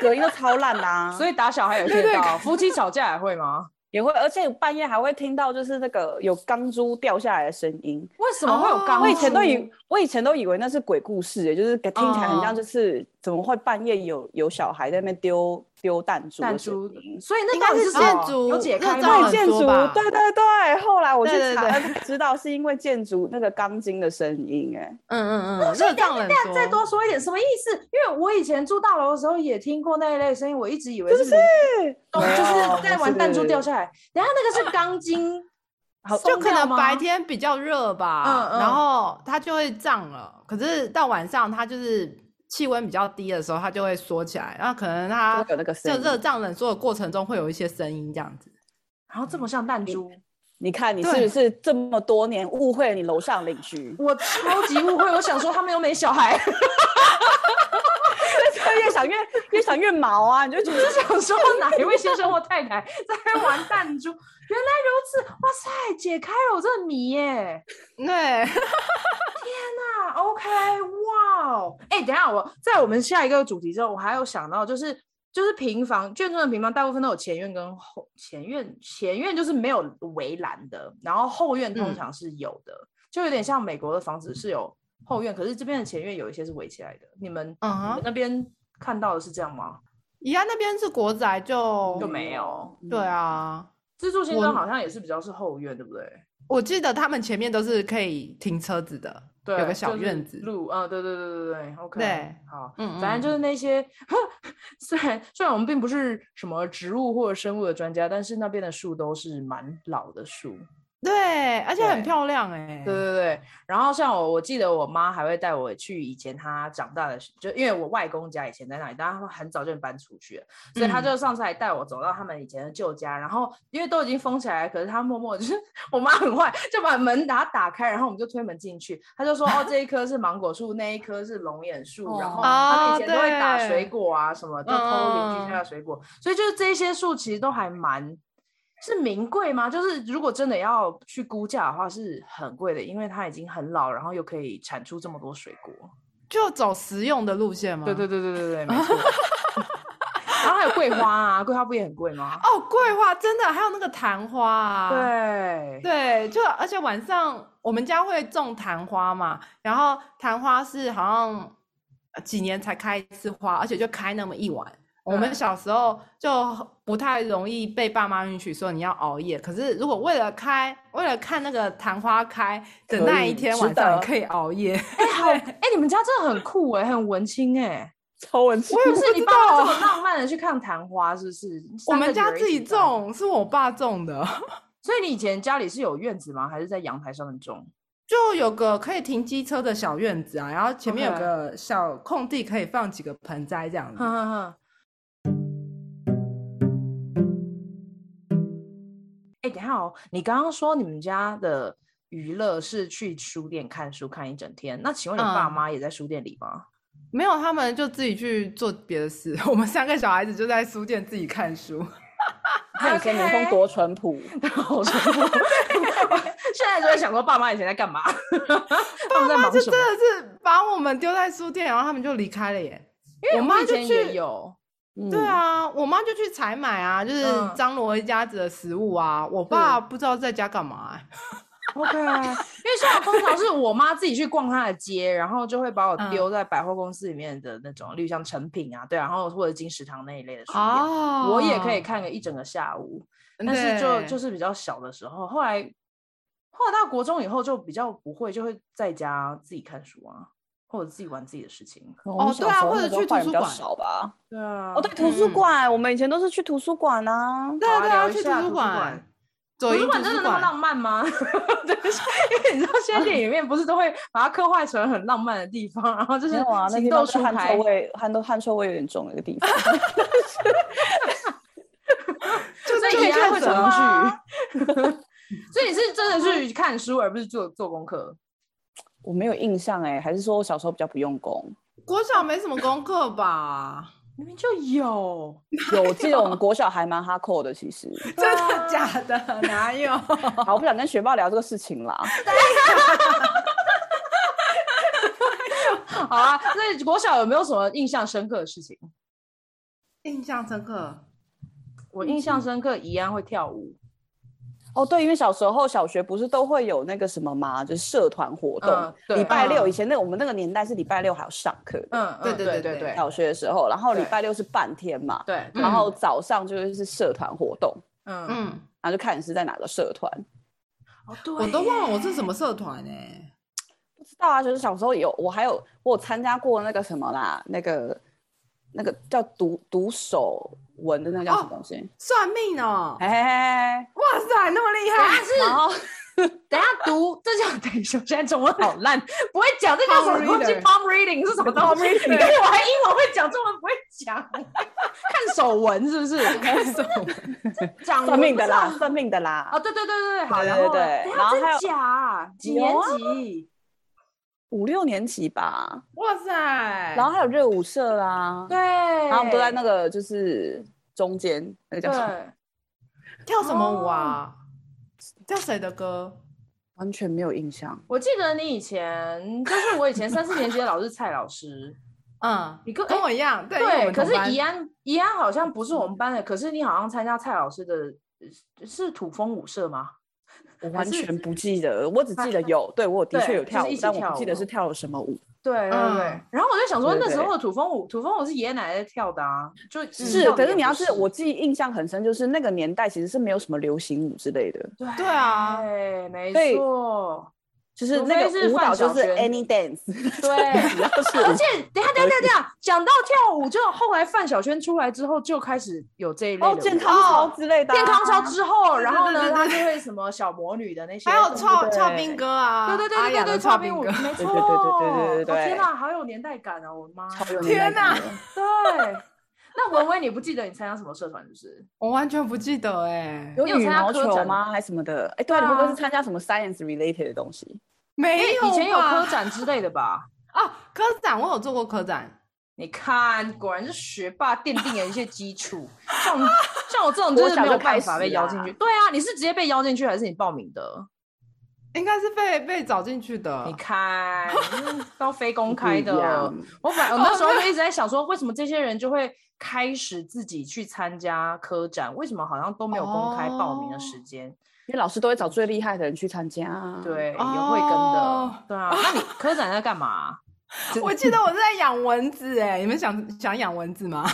B: 隔音都超烂啦、
A: 所以打小孩也听得到，夫妻吵架也会吗？
B: 也会，而且半夜还会听到就是那个有钢珠掉下来的声音。
A: 为什么会有
C: 哦
A: 钢珠？
B: 我以前都以我以前都以为那是鬼故事耶，就是给听起来很
A: 哦
B: 像，就是怎么会半夜有有小孩在那边丢丢弹珠
A: 弹
B: 的声
A: 珠
B: 音，
A: 所以那
C: 应
A: 到
C: 该
A: 底
C: 是
A: 什么
C: 建筑
A: 有解开
C: 日
A: 吗
C: 照
B: 对
C: 很
B: 建
C: 多
B: 筑
C: 吧，
B: 对对对。后来我去
C: 对对
B: 查，才知道是因为建筑那个钢筋的声音，哎，
C: 嗯嗯
A: 哦
C: 嗯，热胀冷缩。
A: 再多说一点什么意思？因为我以前住大楼的时候也听过那一类声音，我一直以为是
B: 是
A: 邻
B: 不
A: 哦，
B: 是
A: 就是在玩弹珠掉
B: 来，
A: 下来。等一下那个 是钢筋
B: 好
A: 松
C: 就可
A: 掉
C: 能
A: 吗
C: 白天比较热吧，
A: 嗯嗯
C: 然后它就会胀了。可是到晚上，它就是气温比较低的时候，它就会缩起来。然后可能它
B: 就会有那个声
C: 啊就
B: 音
C: 热胀冷缩的过程中会有一些声音这样子。
A: 然后这么像弹珠，
B: 你看你
C: 对
B: 是不是这么多年误会了你楼上邻居？
A: 我超级误会，我想说他们又没小孩，
B: 就越想越越想越毛啊，你就觉得
A: 就想说哪一位先生或太太在那玩弹珠，原来如此，哇塞，解开了我这个谜耶！
C: 对，
A: 那 OK，哇哦，哎，等一下我在我们下一个主题之后，我还有想到就是。就是平房，眷村的平房大部分都有前院跟后前院，前院就是没有围栏的，然后后院通
C: 嗯
A: 常是有的，就有点像美国的房子是有后院，可是这边的前院有一些是围起来的。你们
C: 嗯
A: 你们
C: 哼，
A: 那边看到的是这样吗？
C: 宜安那边是国宅就
A: 就没有。
C: 对啊，
A: 自助新
C: 我
A: 村好像也是比较是后院，对不对？
C: 我记得他们前面都是可以停车子的，
A: 对，
C: 有个小
A: 就是
C: 院子
A: 路啊，对对对对对，OK，
C: 对，
A: 好，
C: 嗯
A: 反正就是那些， 虽然虽然我们并不是什么植物或者生物的专家，但是那边的树都是蛮老的树，
C: 对，而且很
A: 对
C: 漂亮哎、
A: 对对对。然后像我，我记得我妈还会带我去以前她长大的，就因为我外公家以前在那里，但他们很早就搬出去了，所以他就上次还带我走到他们以前的旧家，然后因为都已经封起来了，可是他默默就是 我妈很坏，就把门打打开，然后我们就推门进去，他就说哦这一棵是芒果树，那一棵是龙眼树，然后
B: 哦
A: 他们以前都会
C: 对
A: 打水果啊什么，就偷邻居家
C: 嗯
A: 的水果，所以就是这些树其实都还蛮。是名贵吗？就是如果真的要去估价的话，是很贵的，因为它已经很老，然后又可以产出这么多水果。
C: 就走实用的路线吗？
A: 对对对对对对，没错。 然后还有桂花啊，桂花不也很贵吗？
C: 哦，桂花真的，还有那个昙花啊，
A: 对
C: 对，就而且晚上我们家会种昙花嘛，然后昙花是好像呃几年才开一次花，而且就开那么一晚。我们
A: 对
C: 小时候就不太容易被爸妈允许说你要熬夜，可是如果为了开，为了看那个昙花开的
B: 可
C: 那
B: 以
C: 一天
B: 值
C: 晚上，
B: 得
C: 你可以熬夜。
A: 哎、好哎、你们家真的很酷哎、很文青哎、
B: 超文青
C: 我也
A: 不
C: 不
A: 是
C: 知
A: 你爸爸这
C: 道
A: 么浪漫的去看昙花，是不是？
C: 我
A: 三个
C: 们家
A: 女儿一
C: 自己
A: 起种，
C: 种，是我爸种的，
A: 所以你以前家里是有院子吗？还是在阳台上面种？
C: 就有个可以停机车的小院子啊，然后前面有
A: OK
C: 个小空地，可以放几个盆栽这样子。
A: 哼哼哼。 哎、等一下哦，你刚刚说你们家的娱乐是去书店看书看一整天，那请问你爸
C: 嗯
A: 妈也在书店里 吗？
C: 没有，他们就自己去做别的事。 我们三个小孩子就在书店自己看书。
A: 那你说
B: 那你说
A: 民风
B: 民风
A: 多
B: 多淳朴，
A: 好淳朴。 我现在就在想说，爸妈以前在干嘛？他们在忙
C: 就
A: 什
C: 真
A: 么？
C: 的是把我们丢在书店，然后他们就离开了耶。
A: 因为
C: 我
A: 我妈
C: 妈
A: 以
C: 就
A: 前也
C: 去，
A: 有，
B: 嗯
C: 对，啊，我妈就去采买啊，就是
A: 嗯
C: 张罗一家子的食物啊。我爸不知道在家干嘛欸、
A: OK，因为像通常是我妈自己去逛她的街，然后就会把我
C: 嗯
A: 丢在百货公司里面的那种，例如像成品啊，对，然后或者金石堂那一类的书店，
C: 哦
A: 我 也可以，看个一整个下午。但是就就是比较小的时候，后来后来到国中以后就比较不会，就会在家自己看书啊，或者自己玩自己的事情。
B: 哦
C: 对啊或者去图书馆
B: 少吧。
A: 对啊
B: 哦，对，图书
C: 嗯
B: 馆，我们以前都是去图书馆啊。
C: 对
A: 好啊
C: 啊对啊，
A: 聊一
C: 去图
A: 下图
C: 书
A: 书馆
C: 馆，走
A: 图
C: 进
A: 书
C: 图
A: 馆真的
C: 书
A: 那么
C: 馆。
A: 浪漫吗？ 对，因为你知道现在电影里面不是都会把它刻画成很浪漫的地方，然后就是
B: 没有啊，那
A: 情
B: 地
A: 窦
B: 方是
A: 初
B: 汗
A: 开
B: 臭。味，汗都汗臭味有点重的一个地方。
A: 就
C: 所以
A: 以
C: 你
A: 家
C: 看
A: 会
C: 什么
A: 常去。 所以你是真的去看书，而不是做做功课。
B: 我没有印象哎、还是说我小时候比较不用功？
C: 国小没什么功课吧？
A: 明明就 有，
B: 有，我记得我们国小还蛮哈扣的，其实。
C: 真
A: 啊
C: 的假的？哪有？
B: 好，我不想跟学霸聊这个事情啦。
A: 好啊。那国小有没有什么印象深刻的事情？
C: 印象深刻。
A: 我印象深刻，怡安会跳舞。
B: 哦，对，因为小时候小学不是都会有那个什么嘛，就是社团活动，
A: 嗯对
B: 礼拜六、
C: 嗯
B: 以前那我们那个年代是礼拜六还有上课的，
A: 嗯，
C: 对
A: 嗯
C: 对
A: 对
C: 对对
A: 对
B: 小学的时候，然后礼
A: 对嗯
B: 拜六是半天嘛，
A: 对，对
B: 然后早上就是社团活动，
A: 嗯嗯，
C: 嗯，
B: 然后就看你是在哪个社团。
A: 哦对
C: 我都忘了我
A: 耶
C: 是什么社团哎、
B: 不知道啊，就是小时候有我还有我有参加过那个什么啦，那个那个叫读读手文的那个叫什么东西？
C: 算命哦、
A: 哎
B: 嘿嘿嘿嘿，
C: 哇塞，那么厉
A: 等一
C: 害！
A: 下是，
B: 然后
A: 等一下读，这叫等一下，我现在中文好烂，不会讲这叫什么
C: Palm
A: 东西
C: reader
A: ？Palm reading 是什么东
C: Palm
A: 西？
C: reading
A: 你看我还英文会讲，中文不会讲，看手纹是不是？
C: 开始我
A: 讲
B: 算命的啦，
A: 啦。
B: 算命的啦。
A: 哦，对对对对对，好，
B: 对
A: 然后
B: 对
A: 嘞
B: 对
A: 等一
B: 然
A: 下
B: 后还
A: 真
B: 有
A: 假啊？几
B: 有
A: 年
B: 啊
A: 级？
B: 五六年级吧，
C: 哇塞，
A: 哦
B: 然后还有热舞社啦，
A: 对，
B: 然后我们都在那个就是中间那个叫什么？
A: 对，
C: 跳什么舞啊？跳谁的歌？
B: 完全没有印象。
A: 我记得你以前就是我以前三四年级的老师蔡老师，
C: 嗯，
A: 你跟哎
C: 跟我一样，对，因为我
A: 对，
C: 们
A: 可
C: 同
A: 是
C: 班
A: 怡安怡安好像不是我们班的，可是你好像参加蔡老师的呃是土风舞社吗？
B: 我
A: 还
B: 完
A: 是
B: 全不记得，我只记得有，对我的确有跳
A: 就是
B: 舞
A: 一起，
B: 但我
A: 跳
B: 不记得
A: 舞
B: 是跳了什么舞。
A: 对对对，
C: 嗯
A: 然后我就想说，
B: 对嗯
A: 那时
B: 对
A: 候的土风舞，土风舞是爷爷奶奶在跳的啊，就是
B: 是，可是你要
A: 是
B: 是我自己印象很深，就是那个年代其实是没有什么流行舞之类的，
A: 对
C: 对啊
A: 对，没
B: 所以
A: 错，
B: 就是
A: 除
B: 那
A: 非
B: 个
A: 是
B: 舞
A: 范
B: 蹈
A: 晓
B: 就是
A: 萱
B: any dance，
A: 对。
B: 只 要是
A: 而且，等一下，等一下，等一下，讲到跳舞，就后来范晓萱出来之后，就开始有这一类的舞
B: 哦健康操之类的啊，
A: 健康操之后，
C: 对对
A: 然后
C: 对
A: 呢，
C: 对
A: 她就会什么小魔女的那些，
C: 还有
A: 对
C: 跳
A: 不对
C: 跳兵哥啊，
A: 对对对
C: 阿
A: 对对
C: 雅
A: 对，
C: 的
A: 跳
C: 跳
A: 兵
C: 兵
A: 舞，
C: 歌，
A: 没错，
B: 对对对对对对对
A: 哦天哪，好有年代感哦，我的妈呀，
B: 超有
A: 对。
B: 年代
C: 天哪
B: 感的
A: 那文文，你不记得你参加什么社团是不是？
C: 我完全不记得哎，
B: 有
A: 你有
B: 羽
A: 参加
B: 毛
A: 科
B: 球
A: 展
B: 吗？还什么的？哎，对
A: 对
B: 啊，你会不会
A: 啊
B: 是参加什么 science related 的东西？
C: 没有吧？
A: 哎以前有科展之类的吧？
C: 啊，科展我有做过科展，
A: 你看，果然是学霸奠定了一些基础。像我们像我这种就
B: 我
A: 是
B: 小
A: 没有
B: 就开
A: 办法被
B: 始
A: 邀
B: 啦
A: 进去。对啊，你是直接被邀进去，还是你报名的？
C: 应该是被被找进去的
A: 你。看，嗯都非公
B: 不
A: 开
B: 一
A: 的。哦
B: 样
A: 我本来我那时候就一直在想说，为什么这些人就会开始自己去参加科展？为什么好像都没有公开报名的时间？
B: 因为老师都会找最厉害的人去参加啊。
A: 对，也
C: 哦
A: 会跟的。对啊，那你科展在干嘛、
C: 我记得我是在养蚊子哎，你们想想养蚊子吗？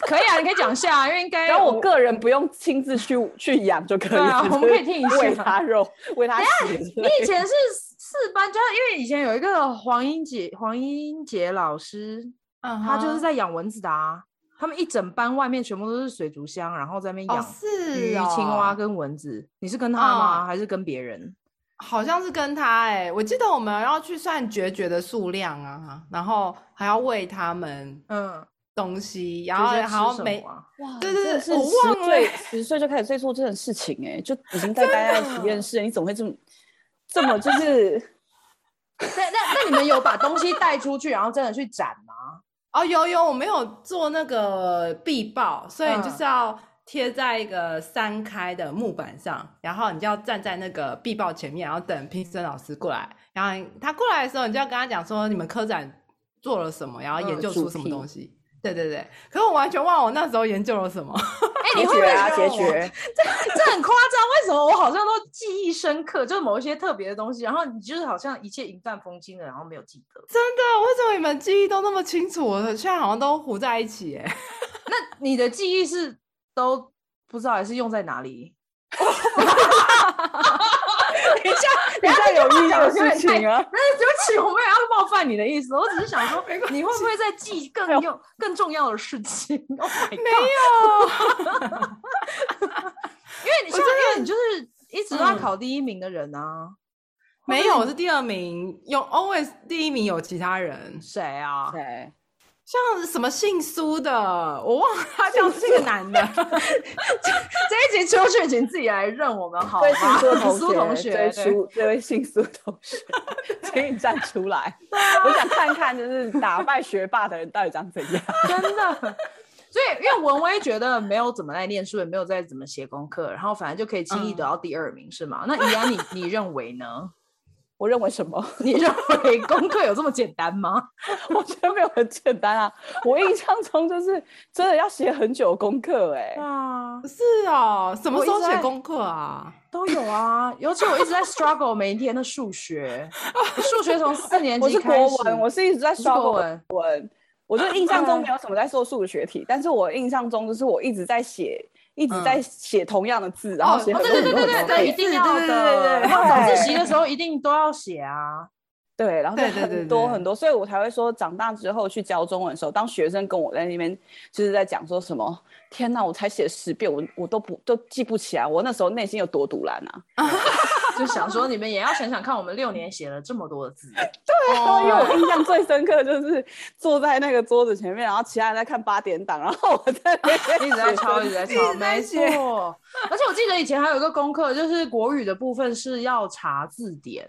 A: 可以啊，你可以讲一下啊，因为应 该
B: 然后我个人不用亲自去去养就可以
A: 对啊
B: 了，
A: 我们可以听一下
B: 喂它肉，喂它血之类
A: 你
B: 的。
A: 以前是四班，就是因为以前有一个黄英杰，黄英杰老师，
C: 嗯
A: 他就是
C: 哼
A: 在养蚊子的啊。他们一整班外面全部都是水族箱，然后在那边
C: 哦
A: 养
C: 是
A: 鱼、
C: 哦
A: 青蛙跟蚊子。你是跟他吗？
C: 哦
A: 还是跟别人？
C: 好像是跟他哎、我记得我们要去算决绝的数量啊，然后还要喂他们
A: 嗯，
C: 东西，然
A: 然
C: 后
A: 后
C: 好像
A: 没
C: 每
B: 哇，
C: 对对
B: 真的
C: 对
B: 是
C: 我
B: 十
C: 忘
B: 岁
C: 了
B: 十岁就开始在做这种事情、哎，就已经在待在实验室，你怎么会这么这么就是？
A: 那那那你们有把东西带出去，然后真的去展吗？
C: 哦有有，我们有做那个壁报，所以你就
A: 嗯
C: 是要贴在一个三开的木板上，然后你就要站在那个壁报前面，然后等评审老师过来，然后他过来的时候，你就要跟他讲说你们科展做了什么，然后研
A: 嗯
C: 究
B: 主
C: 出什么
B: 题
C: 东西。对对对，可是我完全忘了我那时候研究了什么。
A: 哎、你
B: 结
A: 会不
B: 局
A: 会
B: 啊，
A: 觉得
B: 结
A: 我
B: 局！
A: 这很夸张，为什么我好像都记忆深刻，就是某一些特别的东西，然后你就是好像一切云淡风轻了，然后没有记得。
C: 真的？为什么你们记忆都那么清楚？我现在好像都糊在一 起哎。
A: 那你的记忆是都不知道还是用在哪里？等一下，
B: 比较有意义的事情啊，
A: 那哎对不起，我没有要冒犯你的意思，我只是想说，你会不会在记更
B: 哎呦
A: 用更重要的事情？Oh my god！因 为你像，因为你就是一直都要
C: 嗯
A: 考第一名的人啊，
C: 没有，我是第二名，有 always 第一名有其他人，
A: 谁啊？
B: 对，
C: 像什么姓苏的，我忘了他叫是个男的，
A: 这一集出去，请自己来认我们好
B: 这位姓
A: 吗？
B: 苏的同
A: 苏同学，
B: 学，
A: 对
B: 这位苏，这位姓苏的同 学，请你站出来，
A: 啊
B: 我想看看就是打败学霸的人到底长怎样。
A: 真的。所以，因为文威觉得没有怎么在念书，也没有在怎么写功课，然后反正就可以轻易得到第二名，是吗？那怡安，你你认为呢？
B: 我认为什么？
A: 你认为功课有这么简单吗？
B: 我觉得没有很简单啊，我印象中就是真的要写很久的功课、哎。
A: 啊，
C: 是哦，什么时
A: 我
C: 候
A: 一直在
C: 写功课啊？
A: 都有啊。尤其我一直在 struggle 每一天的数学，数学从四年
B: 我
A: 级
B: 是
A: 开
B: 国
A: 始，
B: 文，我是一直在
A: 是
B: 刷
A: 国
B: 国
A: 文嗯
B: 文。我就印象中没有什么在做数学题，但是我印象中就是我一直在写，一直在写同样的字，然后写
A: 嗯哦，
B: 很
A: 对对对
B: 多很多
A: 对
B: 很
A: 对
B: 多
A: 对，一
B: 遍，
A: 定要
C: 对对对
A: 的。
C: 对对
A: 然后早自习的时候一定都要写啊。
B: 对，然后就
C: 对对对
B: 很
C: 对
B: 多
C: 对
B: 很多，所以我才会说长大之后去教中文的时候，当学生跟我在那边就是在讲说什么，天哪，我才写十遍，我我都不都记不起来，我那时候内心有多堵然啊！
A: 就想说你们也要想想看，我们六年写了这么多字，啊
B: 因为
C: 哦，
B: 我印象最深刻就是坐在那个桌子前面，然后其他人在看八点档，然后我在那边
A: 一直在 抄，
B: 写
A: 一直在
B: 字
A: 抄，没错。而且我记得以前还有一个功课，就是国语的部分是要查字典，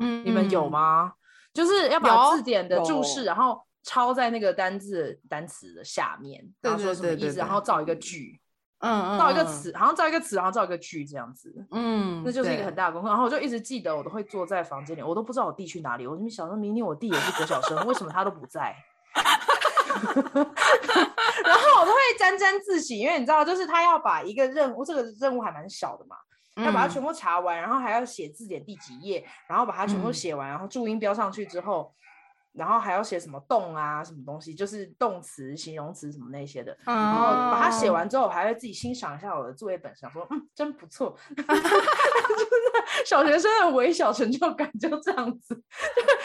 C: 嗯
A: 你们有？吗？就是要把
C: 有
A: 字典的注释，
B: 有
A: 然后抄在那个单字单词的下面，
C: 对
A: 然后说
C: 对
A: 什么
C: 对
A: 意
C: 对
A: 思，
C: 对
A: 然后造一个句，
C: 嗯嗯，
A: 造一个，词，好像造一个词，然后造一个句这样子。
C: 嗯，
A: 那就是一
C: 对
A: 个很。大的功课，然后我就一直记得，我都会坐在房间里，我都不知道我弟去哪里。我就想说，明年我弟也是国小生，为什么他都不在？ 然后我都会沾沾自喜，因为你知道，就是他要把一个任务，这个任务还蛮小的嘛，要
C: 嗯
A: 把它全部查完，然后还要写字典第几页，然后把它全部
C: 嗯
A: 写完，然后注音标上去之后，然后还要写什么动啊，什么东西，就是动词、形容词什么那些的。然后
C: 哦，
A: 把它写完之后，我还会自己欣赏一下我的作业本，想说，嗯，真不错。 真的，小学生的微小成就感就这样子。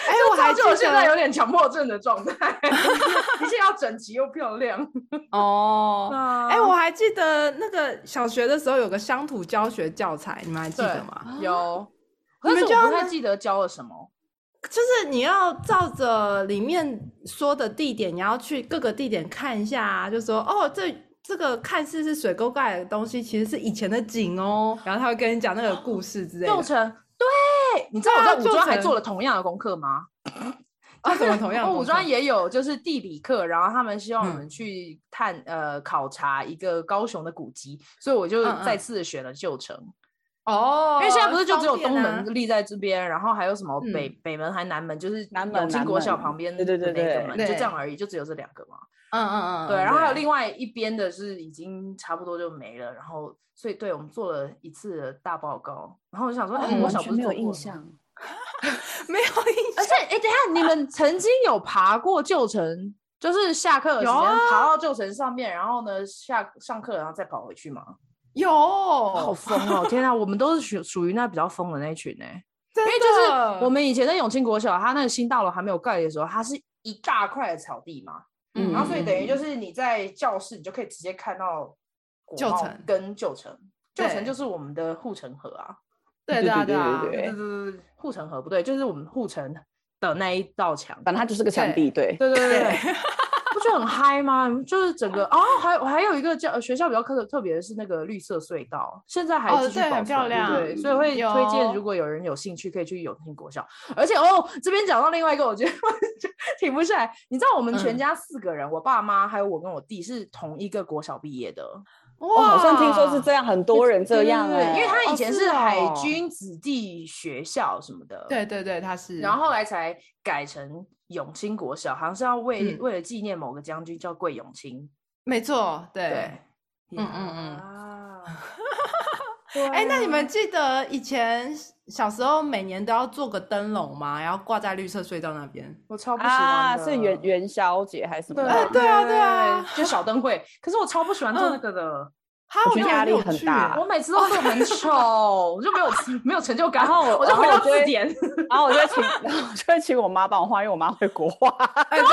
C: 哎，我还
A: 造
C: 记
A: 就我现在
C: 得
A: 有点强迫症的状态，一切要整齐又漂亮。
C: 哦。
A: 哎
C: 哎，我还记得那个小学的时候有个乡土教学教材，你们还记
A: 对
C: 得吗？
A: 有，
C: 你
A: 可
C: 们
A: 是
C: 就
A: 我
C: 要
A: 不太
C: 拿
A: 记得教了什么。
C: 就是你要照着里面说的地点，你要去各个地点看一下、啊，就说哦，这这个看似是水沟盖的东西，其实是以前的井哦。然后他会跟你讲那个故事之类
A: 构
C: 的。
A: 成，对，你知道我在
C: 对啊
A: 五
C: 构
A: 专还
C: 成
A: 做了同样的功课吗？
C: 啊，怎么 同样的
A: 哦我
C: 功课？
A: 五专也有，就是地理课，然后他们希望我们
C: 嗯
A: 去探、呃考察一个高雄的古迹，所以我就
C: 嗯嗯
A: 再次选了旧城，
C: 哦，
A: 因为现在不是就只有
C: 方
A: 东
C: 便 啊
A: 门立在这边，然后还有什么北、
C: 嗯
A: 北门还南门，就是
B: 南门
A: 永庆
B: 南
A: 国小
B: 门
A: 旁边
B: 对对
A: 的
B: 对
A: 那个
B: 对
A: 门，就这
C: 对
A: 样而已，就只有这两个嘛。
C: 嗯嗯嗯，
A: 对，然后还有另外一边的是已经差不多就没了，然后所以对我们做了一次的大报告，然后我就想说，哎、
C: 哦
B: 嗯
A: 我
B: 完
A: 小
B: 全
A: 不是
B: 没有
A: 做过
B: 印
A: 吗，
B: 象。
C: 没有印
A: 而且哎、等一下你们曾经有爬过旧城，就是下课的时
C: 有
A: 间
C: 啊
A: 爬到旧城上面，然后呢下上课然后再跑回去吗？好
C: 有，
A: 疯哦！天啊，我们都是属属于那比较疯的那一群哎、
C: 因
A: 因为就是我们以前在永庆国小，它那个新大楼还没有盖的时候，它是一大块的草地嘛，
B: 嗯
A: 然后所以等于就是是你在教室，你就可以直接看到国
C: 旧
A: 贸
C: 城
A: 跟旧城，旧城
C: 对
A: 就是我们的护城河啊，
C: 对
B: 对
C: 啊
B: 对
C: 啊，
B: 对
A: 对对对对，护城河不对，就是我们护城的那一道墙，
B: 反正它就是个墙壁，对，
A: 对对对对， 不就很嗨吗？就是整个哦，还有还有一个叫学校比较特特别的是那个绿色隧道，现在还
C: 哦
A: 继续
C: 对
A: 保
C: 很
A: 存
C: 漂亮
A: 对，所以会
C: 有
A: 推荐如果有人有兴趣可以去永庆国小。而且哦，这边讲到另外一个，我觉得 我就停不下来。你知道我们全
C: 嗯
A: 家四个人，我爸妈还有我跟我弟是同一个国小毕业的，
B: 哦，好
C: 哇，
B: 像听说是这
C: 样，
B: 样，很多人这样
A: 对对对
B: 哎，
A: 因为他
C: 哦
A: 以前
C: 是
A: 是海
C: 哦
A: 军子弟学校什么的，
C: 对对对，他是，
A: 然后后来才改成永清国小，好像是要为、
C: 嗯
A: 为了纪念某个将军叫桂永清。
C: 没错，对。
A: 嗯
C: 嗯嗯嗯
A: 嗯。
C: 哎、那你们
A: 对啊
C: 记得以前小时候每年都要做个灯笼吗？然后挂在绿色隧道那边？
A: 我超不喜欢
B: 啊，
A: 的
B: 是元元宵节还是什么
A: 对
B: 的？
C: 啊对啊对啊，
A: 就小灯会。可是我超不喜欢做那
C: 嗯啊
A: 个的，
C: 哈，
B: 我
C: 我
B: 觉
C: 觉
B: 得
C: 得
B: 压力
C: 有
B: 很
C: 趣
B: 大
A: 我每次都做很丑，我就没有没有成就感。
B: 然后
A: 我就回
B: 然后
A: 到
B: 我就
A: 字
B: 会
A: 典，
B: 然后我就会请， 然后我就会请我妈帮我画，因为我妈会国画。
C: 哎，对，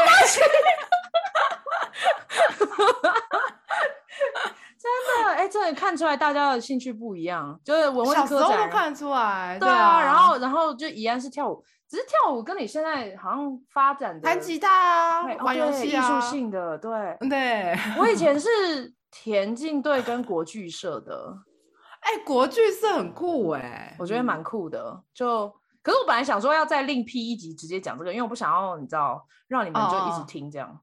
A: 真的哎，真的看出来大家的兴趣不一样，就是文
C: 小
A: 文
C: 时
A: 科
C: 候
A: 展
C: 都看得出来，
A: 对
C: 啊，
A: 啊，然后然后就怡安是跳舞，只是跳舞跟你现在好像发展的
C: 弹吉他啊
A: 对，哦
C: 玩游
A: 对
C: 戏
A: 艺
C: 啊，
A: 术性的， 对
C: 对，哎、
A: 我以前是田径队跟国剧社的，
C: 哎国剧是很酷哎、
A: 我觉得蛮酷的。就可是我本来想说要再另辟一集直接讲这个，因为我不想要你知道让你们就一
C: 哦哦
A: 直听这样。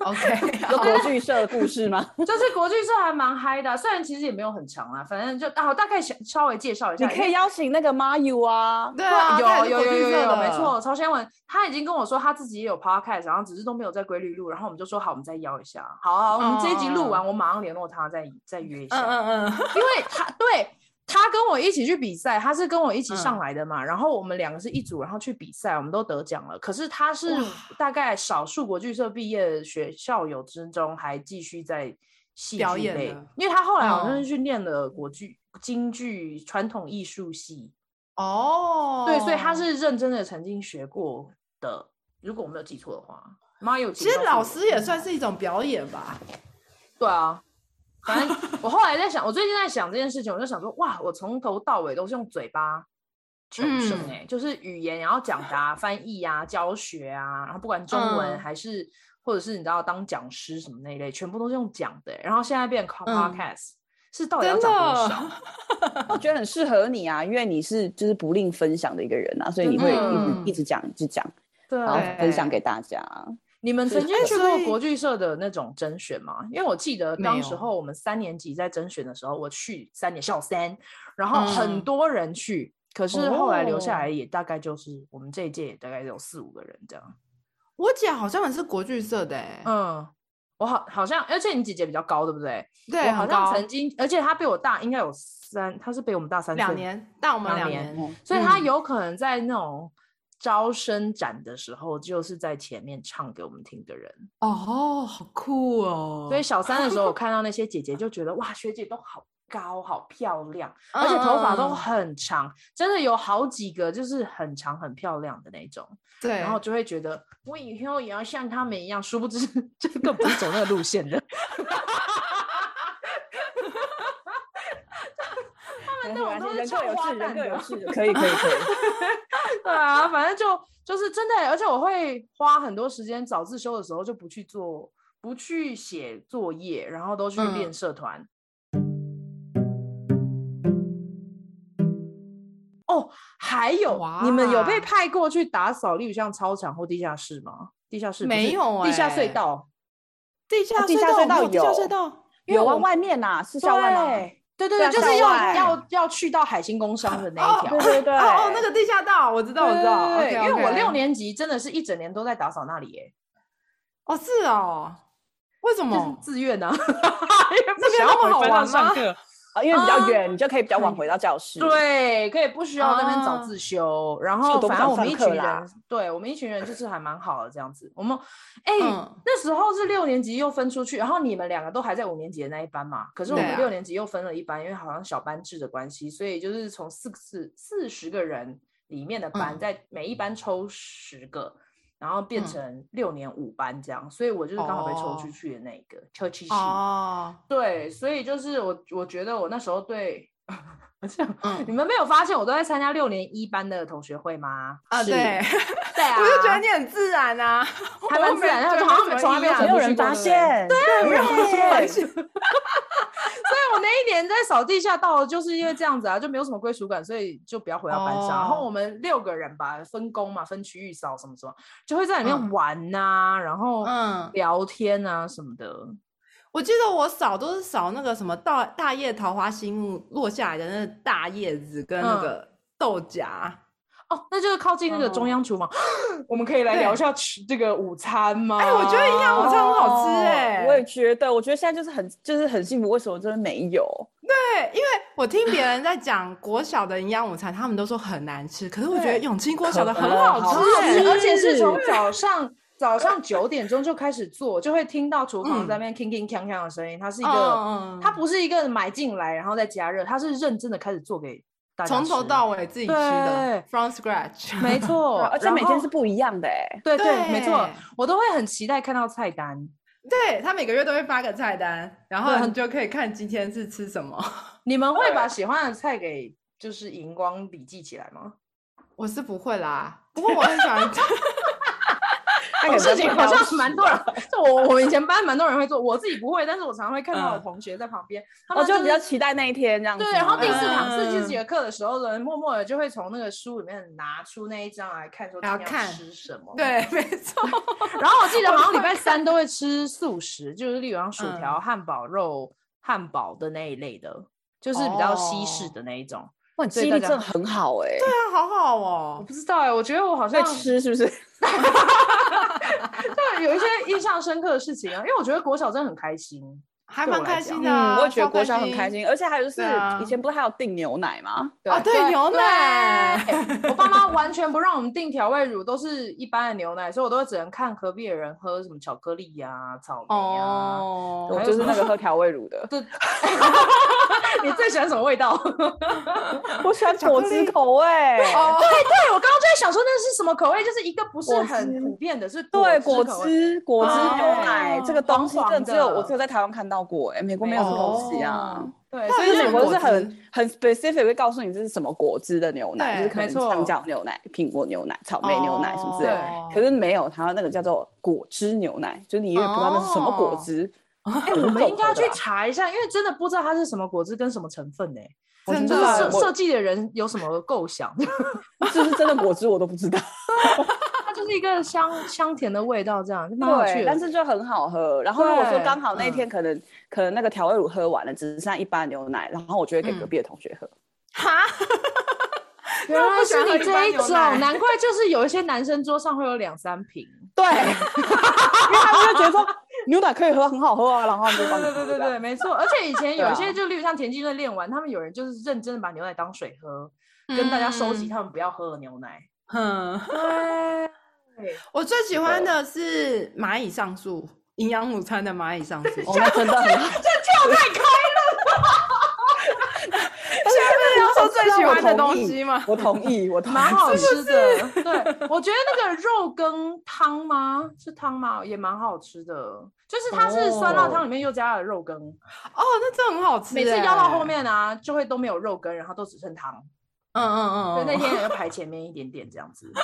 C: OK，
B: 有 国剧社的故事吗？
A: 就是国剧社还蛮嗨的啊、虽然其实也没有很长啊，反正就啊大概想稍微介绍一下。
B: 你可以邀请那个妈 u 啊，
C: 对啊，
A: 有
C: 他也是
A: 有
C: 国
A: 有
C: 剧
A: 有
C: 社
A: 有，
C: 的
A: 没错，曹先文他已经跟我说他自己也有 podcast，然后只是都没有在规律录，然后我们就说好，我们再邀一下，啊好好，我们这一集
C: 哦
A: 录完，我马上联络他，再再约一下，
C: 嗯嗯嗯，
A: 因为他对他跟我一起去比赛，他是跟我一起
C: 嗯
A: 上来的嘛，然后我们两个是一组，然后去比赛，我们都得奖了，可是他是
C: 哇
A: 大概少数国剧社毕业的学校友之中还继续在。戏
C: 表
A: 剧
C: 演
A: 类
C: 的，
A: 因为他后来好像
C: 嗯
A: 是去念了国剧、京剧、传统艺术系，
C: 哦，
A: 对，所以他是认真的曾经学过的，如果我没有记错的话，妈有请
C: 其实
A: 到
C: 老
A: 我
C: 师也算是一种表演吧，
A: 对啊。反 正我后来在想，我最近在想这件事情，我就想说，哇，我从头到尾都是用嘴巴求生
C: 嗯
A: 哎、就是语言，然后讲 答、翻译啊、教学啊，然后不管中文
C: 嗯
A: 还是、或者是你知道当讲师什么那一类，全部都是用讲的欸、然后现在变成靠
C: 嗯
A: podcast，、是到底要
C: 真
A: 讲多
C: 的
A: 少？
B: 我觉得很适合你啊，因为你是就是不吝分享的一个人啊，所以你会一
A: 嗯
B: 直一直讲一直讲，然后
A: 对啊
C: 哎，
B: 分享给大家。啊
A: 你们
B: 是
A: 曾经
B: 的
A: 去
C: 所
A: 过
C: 以
A: 国剧社的那种甄选吗？因为我记得
C: 没
A: 当
C: 有
A: 时候我们三年级在甄选的时候，我去三年小三，然后
C: 嗯
A: 很多人去，可是后来留下
C: 哦
A: 来也大概就是我们这一届也大概有四五个人这样。
C: 我姐好像也是国剧社的、欸，
A: 嗯，我好好像，而且你姐姐比较高，对不对？
C: 对，
A: 我好
C: 很
A: 像
C: 高
A: 曾经，而且她比我大，应该有三，她是比我们大三岁
C: 两，年，但我们
A: 两
C: 两
A: 年
C: 年，
B: 嗯
A: 所以她
C: 嗯
A: 有可能在那种招生展的时候，就是在前面唱给我们听的人。
C: 哦，好酷哦！
A: 所以小三的时候，我看到那些姐姐就觉得哇，学姐都好高，好漂亮，而且头发都
C: 嗯
A: 很长，真的有好几个就是很长很漂亮的那种。
C: 对，
A: 然后就会觉得我以后也要像他们一样，殊不知 这个不是走那个路线的。他们那种都是
B: 啊人各
A: 唱
B: 有
A: 花
B: 志，
A: 旦
B: 人各有
A: 的，
B: 志， 可以可以可以。
A: 对啊，反正就就是真的欸，而且我会花很多时间早自修的时候就不去做，不去写作业，然后都去练
C: 嗯
A: 社团。哦，还有，你们有被
C: 哇
A: 派过去打扫，例如像操场或地下室吗？地下室不
C: 没
A: 是
C: 有
A: 地下
C: 欸
A: 隧道
C: 地下
B: 哦地下
C: 隧
B: 隧
C: 道
B: 道
C: 有没有地下
B: 有
C: 隧道，
A: 因为
B: 有啊，
A: 我
B: 外面呐，是校外吗？
A: 对对
B: 对
A: 对，
B: 啊
A: 就是
B: 校
A: 要
B: 外
A: 要要去到海星工商的那一条。
B: 对对对。
C: 哦哦，那个地下道我知道，我知道
A: 对对对
C: OK，OK
A: 因为我六年级真的是一整年都在打扫那里耶，
C: 哦是哦，为什
A: 就是
C: 么？
A: 自愿啊，
C: 那边那么好玩吗？
B: 啊，因为比较
A: 啊
B: 远，你就可以比较晚回到教室。，
A: 对，可以不需要在那边早
C: 啊
A: 自修，然
B: 所以
A: 后
B: 都不
A: 反正
B: 想
A: 我们
B: 上
A: 一
B: 课
A: 群
B: 啦
A: 人，对我们一群人就是还蛮好的这样子。我们哎、
C: 嗯
A: 那时候是六年级又分出去，然后你们两个都还在五年级的那一班嘛，可是我
C: 对
A: 们
C: 啊
A: 六年级又分了一班，因为好像小班制的关系，所以就是从四四四十个人里面的班，
C: 嗯
A: 在每一班抽十个。然后变
C: 嗯
A: 成六年五班这样，所以我就是刚好被抽
C: 哦
A: 出去的那一个，抽七系。
C: 哦，
A: 对，所以就是我，我觉得我那时候对， 这样、
C: 嗯
A: 你们没有发现我都在参加六年一班的同学会吗？
C: 啊
B: 是
C: 对，
A: 对啊，
C: 我就觉得你很自 然啊，
A: 还蛮自然，然后就好像从来没有
B: 没
A: 走
B: 有
A: 出
B: 人
A: 去过
B: 发
A: 的
B: 现。对，
C: 对，没有
B: 对
C: 什么关系
A: 所以我那一年在扫地下道，就是因为这样子啊，就没有什么归属感，所以就不要回到班上。然后
C: 哦
A: 我们六个人吧，分工嘛，分区域扫什么什么，就会在里面
C: 嗯
A: 玩呐、然后
C: 嗯
A: 聊天啊什么的。
C: 我记得我扫都是扫那个什么大大叶桃花心木落下来的那个大叶子跟那
A: 嗯
C: 个豆荚，
A: 哦，那就是靠近那个中
B: 哦
A: 央厨房， 我们可以来
C: 对
A: 聊一下吃这个午餐吗？哎
C: 我觉得营养午餐很好吃哎
B: 哦我也觉得，我觉得现在就是很就是很幸福。为什么真的没有？
C: 对，因为我听别人在讲国小的营养午餐，他们都说很难吃，可是我觉得
B: 对
C: 永清国小的
B: 可
C: 很
B: 好
C: 好
A: 超
B: 吃
A: 好吃，
C: 吃，哎
A: 而且是从早上早上九点钟就开始做，就会听到厨房
C: 嗯
A: 在那边 king king 锵锵的声音。它是一
C: 嗯
A: 个，
C: 嗯嗯
A: 它不是一个买进来然后再加热，它是认真的开始做给大家
C: 从头
A: 吃
C: 到尾自己吃的
A: 对
C: ，from scratch，
A: 没错，
B: 啊而且
A: 哦然
B: 每天
A: 后
B: 是不一样的哎。
A: 对对没错
C: 对，
A: 我都会很期待看到菜单。
C: 对他每个月都会发个菜单，然
A: 对
C: 后你
A: 很
C: 就可以看今天是吃什么。
A: 你们会把喜欢的菜给就是荧光笔记起来吗？
C: 我是不会啦，不 过我很喜欢
A: 哎这事情好像蛮多
B: 人。
A: 人，就我我们以前班蛮多人会做，我自己不会，但是我常常会看到我
C: 嗯
A: 同学在旁边，他
B: 我
A: 们
B: 哦就比
A: 是
B: 较期待那一天这样子。
A: 对，然后第四堂四十
C: 嗯
A: 几个课的时候呢，默默的就会从那个书里面拿出那一张来看，说今
C: 然后
A: 天要
C: 看
A: 吃什么。。
C: 对， 没错，
A: 然后我记得好像礼拜三都会吃素食，就是例如像薯
C: 嗯
A: 条、汉堡肉、汉堡的那一类的，就是比较西式
C: 哦
A: 的那一种。
B: 哇，你记忆力真的很好哎。对
C: 那好好
A: 我
C: 哦。
A: 不知道哎、我觉得我好像
B: 在吃是不是？
A: 对有一些印象深刻的事情啊，因为我觉得国小真的很开心。
C: 还
A: 对我
C: 蛮
A: 来
C: 开
A: 讲
C: 心的啊、
B: 嗯，我也觉得
C: 超
B: 国小很开心，而且还有就是
C: 对啊
B: 以前不是还有订牛奶吗？
C: 哦对牛奶
A: 对哎我爸妈完全不让我们订调味乳，都是一般的牛奶，所以我都只能看隔壁的人喝什么巧克力呀、草莓呀、
C: 哦。
B: 我
A: 还有
B: 就是
A: 什么
B: 那个喝调味乳的，
A: 对， 你最喜欢什么味道？ 对，
B: 我喜欢果汁口味。
C: 哦，
A: 我刚刚就在想说那是什么口味，就是一个不是
B: 果
A: 很
B: 汁
A: 普遍的，是
B: 对，
A: 果
B: 果
A: 口味。
B: 汁、果汁牛奶
C: 哦
B: 这个东西，
A: 黄黄
B: 真的只有
A: 的
B: 我只有在台湾看到过，哎，美国没有这个东西啊。
A: 对，
C: 到
A: 所
C: 底
A: 以
B: 就
A: 就
B: 是美
A: 是
B: 国
A: 我
C: 果
B: 是很
C: 汁
B: 很 specific 会告诉你这是什么果汁的牛奶，就
C: 对
B: 是可能
A: 没错
B: 香蕉牛奶、苹果牛奶、草莓牛奶什么之类的。
A: 哦
B: 可是没有，它那个叫做果汁牛奶，就是你也不知道那是什么果汁。哎
A: 哦我们应该要去查一下，因为真的不知道它是什么果汁跟什么成分呢、
B: 我
C: 真
B: 真
A: 就
C: 的
A: 是
B: 的啊
A: 设
B: 我
A: 设计的人有什么构想？
B: 这是真的果汁，我都不知道。
A: 它就是一个香香甜的味道，这样就蛮有趣的。
B: 但是就很好喝。然后如果说
A: 对嗯
B: 刚好那一天可能可能那个调味乳喝完了，只剩下一般牛奶，然后我就
A: 嗯
B: 会给隔壁的同学喝。
C: 哈，
A: 原
C: 那我
A: 来
C: 不
A: 是
C: 喜欢
A: 你
C: 喝一
A: 这一
C: 般牛
A: 种，
C: 奶
A: 难怪就是有一些男生桌上会有两三瓶。
B: 对， 因为他们就觉得说牛奶可以喝，很好喝啊，然后他们就
A: 对
B: 帮你
A: 对
B: 喝
A: 对对
B: 这样
A: 对，没错。而且以前
B: 对
A: 有
B: 啊
A: 一些，就例如像田径队练完，他们有人就是认真的把牛奶当水喝，跟大家收集他们不要喝的牛奶。
C: 哼，
A: 嗯对，
C: 我最喜欢的是蚂蚁上树，营养午餐的蚂 蚁上树。
B: 哦，那真的很好。
A: 这跳太开了，
C: 面要说最喜欢的东西吗？
B: 我同意，我同意，
A: 蛮好吃的。对，我觉得那个肉羹汤吗？是汤吗？也蛮好吃的，就是它是酸辣汤里面又加了肉羹，
C: 哦，那真的很好吃。欸
A: 每次邀到后，面啊，就会都没有肉羹，然后都只剩汤。对，
C: 嗯嗯
A: 那
B: 哦
C: 嗯，
A: 天也要排前面一点点这样子。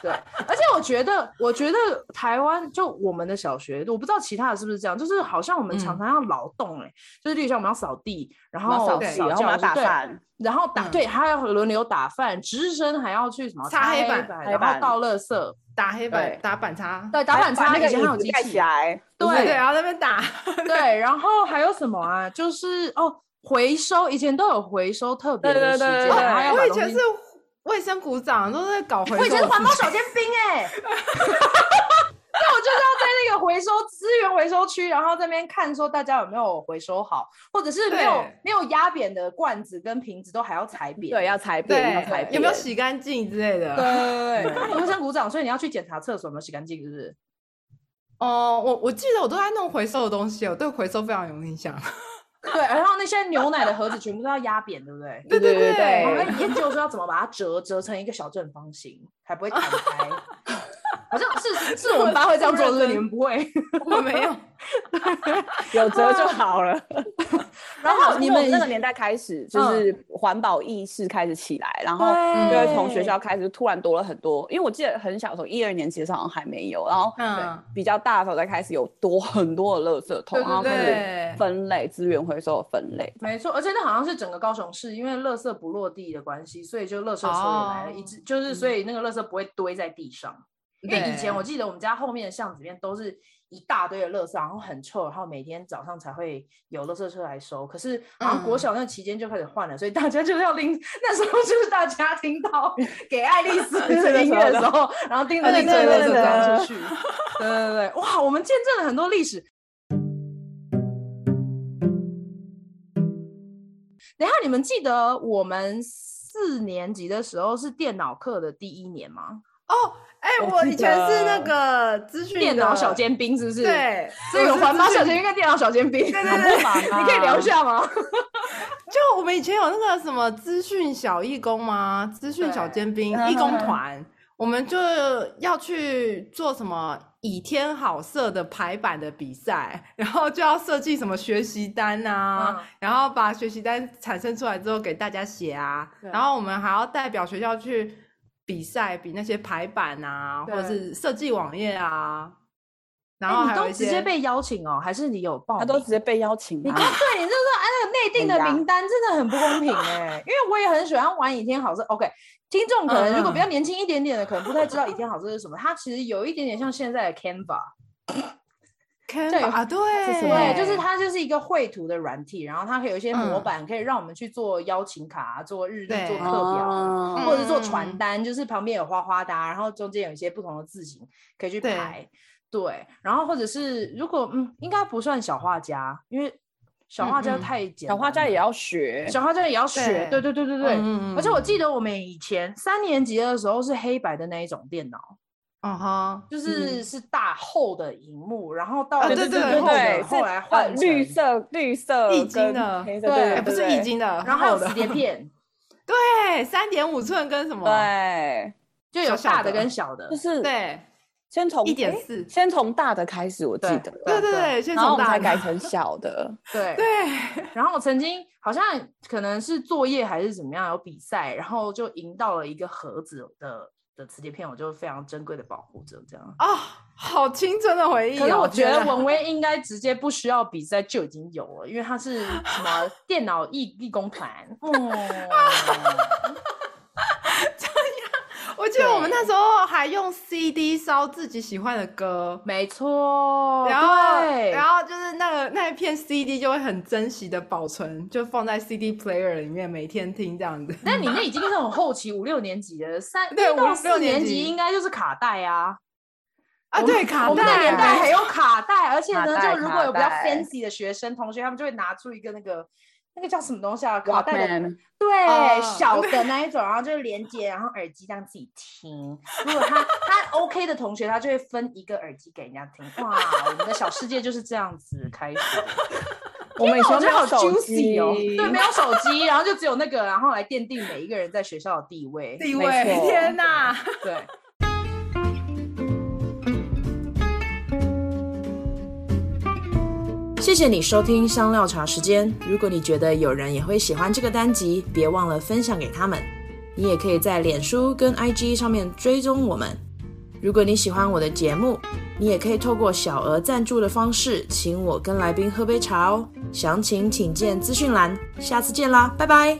A: 对，而且我觉得，我觉得台湾就我们的小学，我不知道其他的是不是这样，就是好像我们常
C: 嗯
A: 常要劳动、欸，哎、就是例如像我们要扫地，然
B: 我们
A: 后
B: 要哦扫
C: 对
B: 地，
A: 教
B: 然后我们要
A: 室
B: 打
A: 对
B: 饭，
A: 然后打、
C: 嗯
A: 对，还要轮流打饭，值日生还要去什么
C: 擦
A: 黑
C: 黑板
A: 然
B: 黑
A: 后
B: 板
A: 倒垃圾，
C: 打黑板
B: 对，
C: 打板擦，
A: 对，打板
B: 把
A: 擦
B: 那个
A: 以前还有
B: 椅
A: 机
B: 子盖
A: 器
B: 起来，
A: 对
C: 对，然后在那边打，
A: 对，然后还有什么啊？就是哦，回收，以前都有回收特别
B: 对
A: 的
B: 对
A: 时间，
B: 对对
A: 然后要把
C: 我以
A: 东
C: 前
A: 西
C: 是卫生股长，都在搞回
A: 我以前是
C: 收。
A: 环保小尖兵哎、欸，那我就是要在那个回收资源回收区，然后这边看说大家有没有回收好，或者是没有
C: 对
A: 没有压扁的罐子跟瓶子都还要踩扁。
B: 对，要裁扁，要裁
C: 对，
B: 扁，
C: 有没有？洗干净之类
A: 对
C: 的？
A: 对对对，卫生鼓掌，所以你要去检查厕所有没有洗干净，是不是？
C: 哦，我我记得我都在弄回收的东西，我对回收非常有 印象。
A: 对，然后那些牛奶的盒子全部都要压扁，对不对？
B: 对
C: 对
B: 对
A: 我
C: 对
A: 们研究说要怎么把它折折成一个小正方形，还不会弹开。好像是是我们班会这样做，是不是你们不会？
C: 我没有，
B: 有折 就好了。
A: 然后你们
B: 那个年代开始，就是环保意识开始起来，然后
A: 对
B: 就会从嗯学校开始突然多了很多。因为我记得很小的时候，一二年级的时候好像还没有，然后
C: 嗯，
B: 比较大的时候才开始有多很多的垃圾桶，
A: 对对
B: 然后开始
C: 对，
B: 分类资源回收的分类。
A: 没错，而且那好像是整个高雄市，因为垃圾不落地的关系，所以就垃圾车也来了，
C: 哦
A: 一直就是所以那个垃圾不会堆在地上。因为以前我记得我们家后面的巷子里面都是一大堆的垃圾，然后很臭，然后每天早上才会有垃圾车来收。可是好像国小那期间就开始换了，所以大家就是要拎。 那时候就是大家听到给爱丽 丝这个音乐的时候， 然后盯
C: 哦
A: 着那堆垃圾装出去。对对对，哇，我们见证了很多历史。等一下，你们记得我们四年级的时候是电脑课的第一年吗？
C: 哦，哎、
B: 我
C: 我
B: 记
C: 以前是那
B: 得
C: 个资讯
A: 电脑
C: 的
A: 小，尖兵是不是？，
C: 对，
A: 所以有
C: 我是
A: 环保
C: 资讯
A: 小尖兵跟电脑小尖兵，对对
B: 对 对
A: 你可以聊一下吗？
C: 就我们以前有那个什么资讯小义工吗？资讯小
A: 对
C: 尖兵
B: 嗯
C: 义工团，我们就要去做什么以天好色的排版的比赛，然后就要设计什么学习单啊，
A: 嗯
C: 然后把学习单产生出来之后给大家写啊，
A: 对
C: 然后我们还要代表学校去比赛，比那些排版啊，或者
A: 对
C: 是设计网页啊。然
A: 哎
C: 后
A: 你
C: 还有
A: 都
C: 一
A: 直
C: 些
A: 接被邀请哦，还是你有报
B: 他
A: 名？
B: 都直接被邀请
A: 你
B: 啊
A: 看，，对你就是说，哎，那个内定的
B: 哎呀
A: 名单真的很不公平哎、因为我也很喜欢玩《倚天好色》。OK，听众可能如果比较年轻一点点的，可能不太知道《倚天好色》是什么，它其实有一点点像现在的 Canva，对
C: Canva 啊，对，
B: 是什么
A: 对，就是它就是一个绘图的软体，然后它可以有一些模板，可以让我们去做邀请卡啊、做日历、
C: 对
A: 做课表啊。
B: 哦
A: 或者是做
C: 嗯
A: 传单，就是旁边有花花的啊、然后中间有一些不同的字形可以去
C: 对
A: 排。对，然后或者是如果嗯，应该不算小画家，因为小画家
C: 嗯嗯
A: 太简单了，
B: 小花家也要学，
A: 小画家也要学。对
C: 对
A: 对对对对。
C: 嗯
A: 而且我记得我们以前三年级的时候是黑白的那一种电脑，
C: 嗯哈，
A: 就是是大厚的荧幕，然后到
C: 嗯啊对
A: 就是
C: 对对
A: 后来
B: 对，
A: 后来
B: 是
A: 换
B: 呃绿
A: 成，
B: 色绿色
C: 易经
B: 跟
C: 的
B: 黑色，
A: 对
B: 对
C: 哎、
B: 对，
C: 不是
B: 对
C: 易，经的，
A: 然后还有
C: 厚的
A: 磁碟片，
C: 对，三点五寸跟什么？
B: 对，
A: 就有
C: 小小
A: 大的
C: 的
A: 跟小 的
B: 就。是
C: 对
B: 先从诶
C: 1.4
B: 先从大的开始，我记得，
C: 对对对，先
B: 然后
C: 从
B: 我们
C: 大
B: 才
C: 的
B: 改成小 的，
A: 对
C: 对，
A: 然后我曾经好像可能是作业还是怎么样有比赛，然后就赢到了一个盒子的的磁碟片，我就非常珍贵的保护着这样。
C: 哦，好青春的回忆、哦。
A: 可是我觉得
C: 天哪
A: 文威应该直接不需要比赛就已经有了，因为他是什 么电脑义义工团。
C: 哦
A: 嗯，
C: 我记得我们那时候还用 CD 烧自己喜欢的歌。
A: 没错。
C: 然后，
A: 哦对
C: 然后就是那个那一片 CD 就会很珍惜的保存，就放在 CD player 里面，每天听这样子。
A: 那你那已经是很后期五六年级了，三
C: 对
A: 一到
C: 五
A: 四
C: 六
A: 年
C: 年级
A: 应该就是卡带啊。
C: 啊，
A: 我
C: 对，
A: 们
C: 卡带，
A: 我们那年代还有卡带，而且
B: 卡
A: 呢，
B: 带
A: 就如果有比较
B: 卡带
A: fancy 的学生同学，他们就会拿出一个那个那个叫什么东西啊？卡带的
B: Walkman，
A: 对、
C: 哦
A: 小的那一种，然后就是连接，然后耳机让自己听。如果他他 OK 的同学，他就会分一个耳机给人家听。哇，哦我们的小世界就是这样子开始。
B: 我们以前
A: 我
B: 没
A: 觉得好
B: 有手
A: juicy 哦，
B: 机
A: 对，没有手机，然后就只有那个，然后来奠定每一个人在学校的地位。
C: 地
B: 没
C: 位，
B: 错
C: 天哪！
A: 对，谢谢你收听香料茶时间。如果你觉得有人也会喜欢这个单集，别忘了分享给他们。你也可以在脸书跟 IG 上面追踪我们。如果你喜欢我的节目，你也可以透过小额赞助的方式，请我跟来宾喝杯茶哦。详情请见资讯栏。下次见啦，拜拜。